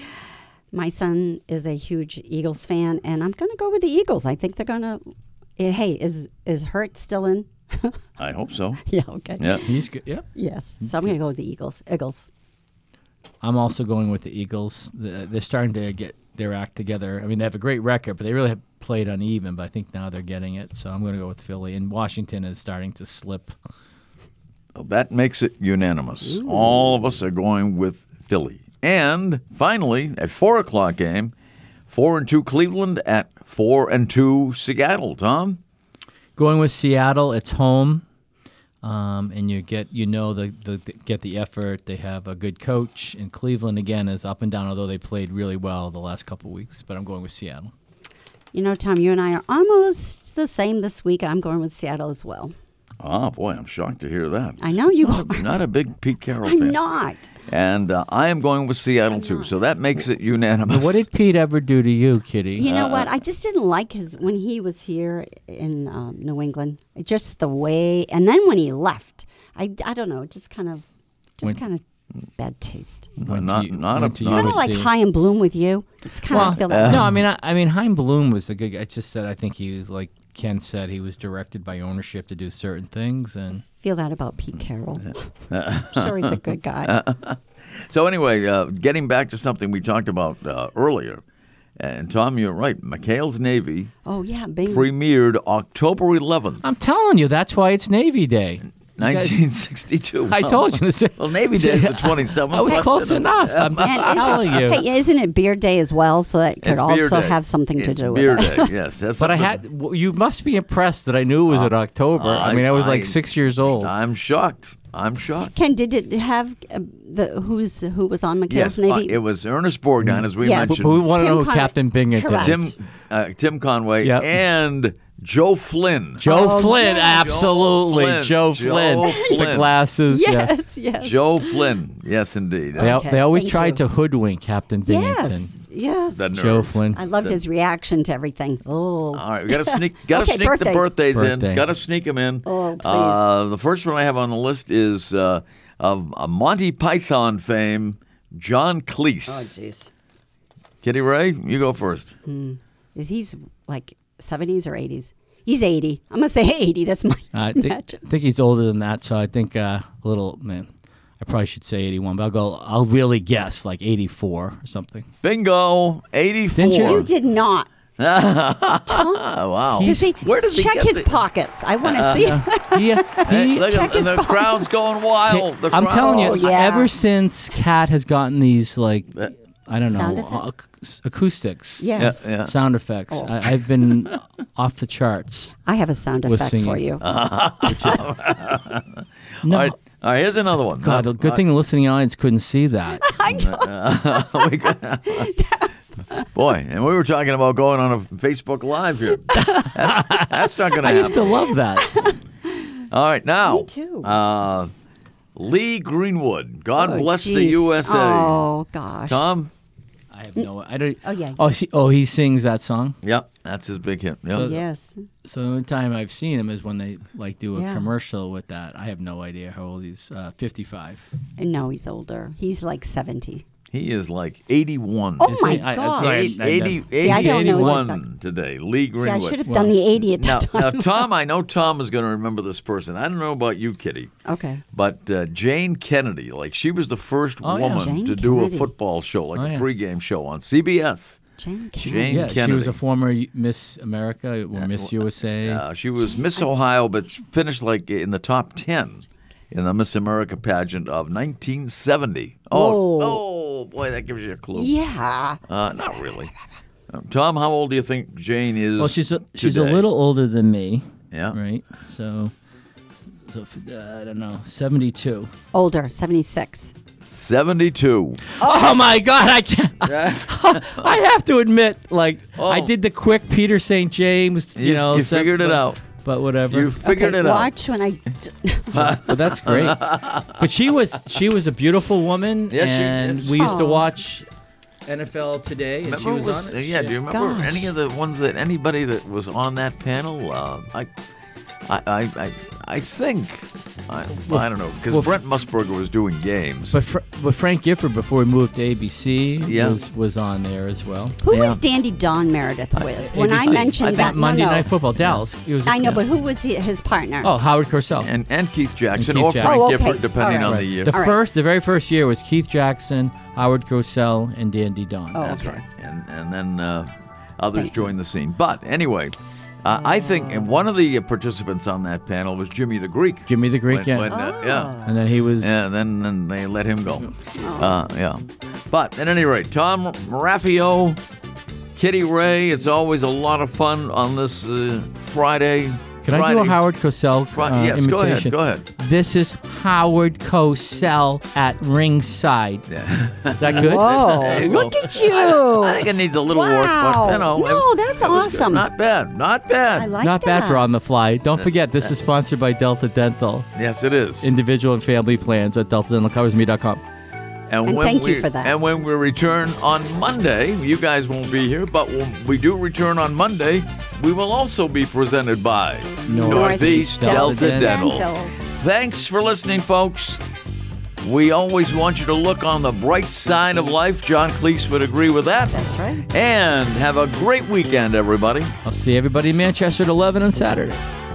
Speaker 3: my son is a huge Eagles fan, and I'm going to go with the Eagles. I think they're going to. Hey, is is Hurt still in?
Speaker 1: I hope so.
Speaker 3: yeah. Okay.
Speaker 1: Yeah.
Speaker 2: He's good. Yeah.
Speaker 3: Yes. So I'm going to go with the Eagles. Eagles.
Speaker 2: I'm also going with the Eagles. The- uh, They're starting to get their act together. I mean, they have a great record, but they really have played uneven. But I think now they're getting it, so I'm going to go with Philly. And Washington is starting to slip.
Speaker 1: Well, that makes it unanimous. All of us are going with Philly. And finally, at four o'clock game, four and two Cleveland at four and two Seattle. Tom,
Speaker 2: Going with Seattle, it's home, um, and you get you know the, the, the- get the effort. They have a good coach, and Cleveland again is up and down. Although they played really well the last couple weeks, but I'm going with Seattle.
Speaker 3: You know, Tom, you and I are almost the same this week. I'm going with Seattle as well.
Speaker 1: ah, boy, I'm shocked to hear that.
Speaker 3: I know you are.
Speaker 1: Not a big Pete Carroll fan.
Speaker 3: I'm not.
Speaker 1: And uh, I am going with Seattle too, so that makes it unanimous.
Speaker 2: What did Pete ever do to you, Kitty? Uh,
Speaker 3: You
Speaker 1: Uh,
Speaker 3: know what? I just didn't like his when he was here in um, New England. Just the way, and then when he left, I, I don't know. Just kind of, just kind of bad taste.
Speaker 1: Uh,
Speaker 2: Went to
Speaker 1: not
Speaker 2: you-
Speaker 1: not
Speaker 2: went
Speaker 1: a,
Speaker 2: to
Speaker 1: not
Speaker 3: Kind
Speaker 1: a-
Speaker 3: of like
Speaker 2: see.
Speaker 3: High and Bloom with you. It's kind
Speaker 2: Well,
Speaker 3: of feel
Speaker 1: uh,
Speaker 2: no,
Speaker 3: like
Speaker 2: I mean, I, I mean, Heim Bloom was the good guy. It's just that I think he, was, like Ken said, he was directed by ownership to do certain things, and
Speaker 3: feel that about Pete Carroll. I'm sure, he's a good
Speaker 1: Uh,
Speaker 3: guy.
Speaker 1: So anyway, uh, getting back to something we talked about uh, earlier, and Tom, you're right. McHale's Navy
Speaker 3: Oh yeah, Bing.
Speaker 1: premiered October 11th,
Speaker 2: I'm telling you, that's why it's Navy Day. You guys-
Speaker 1: 1962.
Speaker 2: I told you. This,
Speaker 1: Oh. Well, Navy Day is the 27th.
Speaker 2: I was close enough. I'm
Speaker 3: And
Speaker 2: just
Speaker 3: is-
Speaker 2: telling you.
Speaker 3: Hey, isn't it Beard Day as well? So that could
Speaker 1: It's Beer
Speaker 3: also
Speaker 1: Day.
Speaker 3: have something to
Speaker 1: It's
Speaker 3: do
Speaker 1: Beer
Speaker 3: with it.
Speaker 1: Day. Yes, that's
Speaker 2: But I
Speaker 1: something-
Speaker 2: had. w- You must be impressed that I knew it was in October. I, mean, I was like six years old.
Speaker 1: I'm shocked. I'm shocked.
Speaker 3: Ken, did it have uh, the who's who was on
Speaker 1: Yes,
Speaker 3: McHale's
Speaker 1: uh,
Speaker 3: Navy?
Speaker 1: it was Ernest Borgnine, as we
Speaker 3: Yes.
Speaker 2: but we
Speaker 1: mentioned.
Speaker 2: want to know
Speaker 3: Tim
Speaker 2: Mm. who
Speaker 3: Conway-
Speaker 2: Captain Binghamton
Speaker 3: Correct.
Speaker 1: Tim,
Speaker 2: is.
Speaker 1: uh, Tim Conway
Speaker 2: Yep.
Speaker 1: and Joe Flynn.
Speaker 2: Joe
Speaker 3: Oh,
Speaker 2: Flynn,
Speaker 3: yes.
Speaker 2: absolutely.
Speaker 1: Flynn.
Speaker 2: Joe
Speaker 1: Joe
Speaker 2: Flynn. The
Speaker 1: Flynn.
Speaker 2: glasses. yeah.
Speaker 3: yes, yes.
Speaker 1: uh, Joe Flynn. Yes, indeed.
Speaker 2: They, al-
Speaker 3: Okay,
Speaker 2: they always
Speaker 3: thank
Speaker 2: tried to
Speaker 3: you.
Speaker 2: hoodwink Captain Binghamton.
Speaker 3: Yes, yes.
Speaker 1: The
Speaker 2: Joe
Speaker 1: nerd.
Speaker 2: Flynn.
Speaker 3: I loved his reaction to everything. Oh,
Speaker 1: All right, we gotta sneak, gotta
Speaker 3: Okay,
Speaker 1: sneak the
Speaker 3: birthdays.
Speaker 1: birthdays
Speaker 2: Birthday.
Speaker 1: in. Gotta sneak them in.
Speaker 3: Oh, please.
Speaker 1: Uh, the first one I have on the list is uh, of uh, Monty Python fame, John
Speaker 3: oh,
Speaker 1: Cleese.
Speaker 3: jeez.
Speaker 1: Kitty Ray, you go first.
Speaker 3: Is he's like seventies or eighties? He's eighty. I'm gonna say eighty. That's my
Speaker 2: I think,
Speaker 3: imagine.
Speaker 2: I think he's older than that, so I think uh, a little man. I probably should say 81, but I'll go. I'll really guess like 84 or something.
Speaker 1: Bingo, eighty-four.
Speaker 2: Didn't you-
Speaker 3: You did not.
Speaker 1: Oh, wow.
Speaker 3: Does he,
Speaker 1: Where does he
Speaker 3: check
Speaker 1: get
Speaker 3: his
Speaker 1: the- Uh,
Speaker 3: pockets? I want to see.
Speaker 2: He,
Speaker 1: Hey,
Speaker 2: he,
Speaker 1: look at-
Speaker 3: check his
Speaker 1: the
Speaker 3: phone.
Speaker 1: crowd's going wild. The
Speaker 2: I'm
Speaker 1: crowd-
Speaker 2: telling you,
Speaker 3: Oh, yeah. Uh,
Speaker 2: ever since Kat has gotten these like I don't
Speaker 3: Sound
Speaker 2: know uh, ac- acoustics, uh,
Speaker 3: yes,
Speaker 1: Yeah, yeah.
Speaker 2: sound effects,
Speaker 3: Oh.
Speaker 2: I, I've been off the charts.
Speaker 3: I have a sound
Speaker 2: With
Speaker 3: effect for
Speaker 2: singing.
Speaker 3: you.
Speaker 1: Uh,
Speaker 2: No,
Speaker 1: All right, all right, here's another one.
Speaker 2: God, uh, the good thing the listening audience couldn't see that.
Speaker 1: We got- Boy, and we were talking about going on a Facebook Live here. That's, that's not going to
Speaker 2: I used
Speaker 1: happen.
Speaker 2: to love that.
Speaker 1: All right, now.
Speaker 3: Me too.
Speaker 1: Uh, Lee Greenwood. God
Speaker 3: Oh,
Speaker 1: bless the
Speaker 3: jeez.
Speaker 1: USA.
Speaker 3: Oh gosh.
Speaker 1: Tom?
Speaker 2: I have no. I don't.
Speaker 3: Oh, yeah.
Speaker 2: Oh, she, oh, he sings that song.
Speaker 1: Yep, that's his big hit. Yep.
Speaker 2: So-
Speaker 3: Yes.
Speaker 2: So the only time I've seen him is when they like do a
Speaker 3: Yeah.
Speaker 2: commercial with that. I have no idea how old he's. Uh, Fifty-five.
Speaker 3: And no, he's older. He's like seventy.
Speaker 1: he is like 81.
Speaker 3: Oh
Speaker 2: Is
Speaker 3: my
Speaker 2: he? I- that's
Speaker 3: gosh.
Speaker 2: why I-
Speaker 1: Eight-
Speaker 2: uh,
Speaker 1: 80
Speaker 3: See, I don't know his
Speaker 1: 81
Speaker 3: exact-
Speaker 1: today. Lee
Speaker 3: See, I
Speaker 1: Greenwood.
Speaker 3: should have done the eighty at
Speaker 1: now,
Speaker 3: that
Speaker 1: now,
Speaker 3: time.
Speaker 1: Tom, I know Tom is going to remember this person. I don't know about you, Kitty,
Speaker 3: Okay.
Speaker 1: but uh, Jane Kennedy, like she was the first
Speaker 2: Oh, yeah.
Speaker 1: woman
Speaker 3: Jane
Speaker 1: to do
Speaker 3: Kennedy.
Speaker 1: a football show, like
Speaker 2: Oh,
Speaker 1: a
Speaker 2: yeah.
Speaker 1: pregame show on CBS.
Speaker 3: Jane.
Speaker 1: Jane
Speaker 2: yeah,
Speaker 1: Kennedy.
Speaker 2: she was a former U- Miss America or Miss USA.
Speaker 1: Uh, she was Miss Ohio, but finished like in the top 10 in the Miss America pageant of 1970. Oh,
Speaker 3: Whoa.
Speaker 1: oh boy, that gives you a clue.
Speaker 3: Yeah.
Speaker 1: Uh, not really. Um, Tom, how old do you think Jane is?
Speaker 2: well, she's a, she's a
Speaker 1: today?
Speaker 2: little older than me,
Speaker 1: Yeah.
Speaker 2: right? So, so f- uh, I don't know, seventy-two.
Speaker 3: Older. Seventy six.
Speaker 1: 72.
Speaker 2: Oh my God, I can't. I have to admit, like I
Speaker 1: Oh.
Speaker 2: did the quick Peter St. James, you,
Speaker 1: You-
Speaker 2: know,
Speaker 1: you
Speaker 2: sep-
Speaker 1: figured it
Speaker 2: but-
Speaker 1: out.
Speaker 2: But whatever.
Speaker 1: You figured
Speaker 3: okay,
Speaker 1: it out.
Speaker 3: watch when I.
Speaker 2: But that's great. but she was she was a beautiful woman,
Speaker 1: Yes, she
Speaker 2: and
Speaker 1: is.
Speaker 2: we used to
Speaker 3: Aw.
Speaker 2: watch NFL Today, and she
Speaker 1: Remember
Speaker 2: was,
Speaker 1: was-
Speaker 2: on it.
Speaker 1: yeah, do you remember
Speaker 3: Gosh.
Speaker 1: any of the ones that anybody that was on that panel? Uh, I, I, I, I, I think. I, I don't know because
Speaker 2: well,
Speaker 1: Brent Musburger was doing games.
Speaker 2: But, Fr- but Frank Gifford, before he moved to ABC,
Speaker 1: Yeah.
Speaker 2: was, was on there as well.
Speaker 3: Who
Speaker 1: Yeah.
Speaker 3: was Dandy Don Meredith with? When I
Speaker 2: ABC.
Speaker 3: mentioned
Speaker 2: I
Speaker 3: that,
Speaker 2: thought Monday
Speaker 3: no, no.
Speaker 2: Night Football, Dallas. It was.
Speaker 3: I know, but who was he, his partner?
Speaker 2: oh, Howard Cosell.
Speaker 1: and and Keith Jackson
Speaker 2: Keith
Speaker 1: or
Speaker 2: Jackson.
Speaker 1: Frank
Speaker 3: Oh, okay.
Speaker 1: Gifford, depending
Speaker 3: All
Speaker 1: on
Speaker 3: right.
Speaker 1: the year.
Speaker 2: the
Speaker 3: All right.
Speaker 2: first, the very first year was Keith Jackson, Howard Cosell, and Dandy Don.
Speaker 3: Oh.
Speaker 1: That's
Speaker 3: Okay.
Speaker 1: right. And and and then uh, others joined the scene. But anyway, uh, I think and one of the participants on that panel was Jimmy the Greek.
Speaker 2: Jimmy the Greek,
Speaker 1: When-
Speaker 2: yeah.
Speaker 1: when, uh, yeah.
Speaker 3: Oh.
Speaker 2: and then he was.
Speaker 1: Yeah, and then, then they let him go. Uh, yeah. But at any rate, Tom Raffio, Kitty Ray, it's always a lot of fun on this uh, Friday.
Speaker 2: Can I
Speaker 1: Friday,
Speaker 2: do a Howard Cosell
Speaker 1: Fri-
Speaker 2: uh,
Speaker 1: yes, go ahead,
Speaker 2: imitation?
Speaker 1: go ahead.
Speaker 2: This is Howard Cosell at ringside.
Speaker 1: Yeah.
Speaker 2: Is that good?
Speaker 1: There
Speaker 3: Whoa!
Speaker 1: you
Speaker 3: Oh, Look
Speaker 1: go.
Speaker 3: at you.
Speaker 1: I think it needs a little work,
Speaker 3: Oh. Wow.
Speaker 1: but you know.
Speaker 3: No,
Speaker 1: it-
Speaker 3: that's
Speaker 1: it was good.
Speaker 3: awesome.
Speaker 1: Not bad. Not bad.
Speaker 3: I like
Speaker 2: Not
Speaker 3: that.
Speaker 2: bad for on the fly. Don't forget, this is sponsored by Delta Dental,
Speaker 1: yes, it is.
Speaker 2: individual and family plans at deltadentalcoversme.com.
Speaker 1: And,
Speaker 3: And
Speaker 1: when
Speaker 3: thank
Speaker 1: we,
Speaker 3: you for that.
Speaker 1: And when we return on Monday, you guys won't be here, but when we do return on Monday, we will also be presented by
Speaker 2: Northeast
Speaker 1: Delta,
Speaker 2: Delta
Speaker 1: Dental.
Speaker 2: Dental.
Speaker 1: Thanks for listening, folks. We always want you to look on the bright side of life. John Cleese would agree with that.
Speaker 3: That's right.
Speaker 1: And have a great weekend, everybody.
Speaker 2: I'll see everybody in Manchester at 11 on Saturday.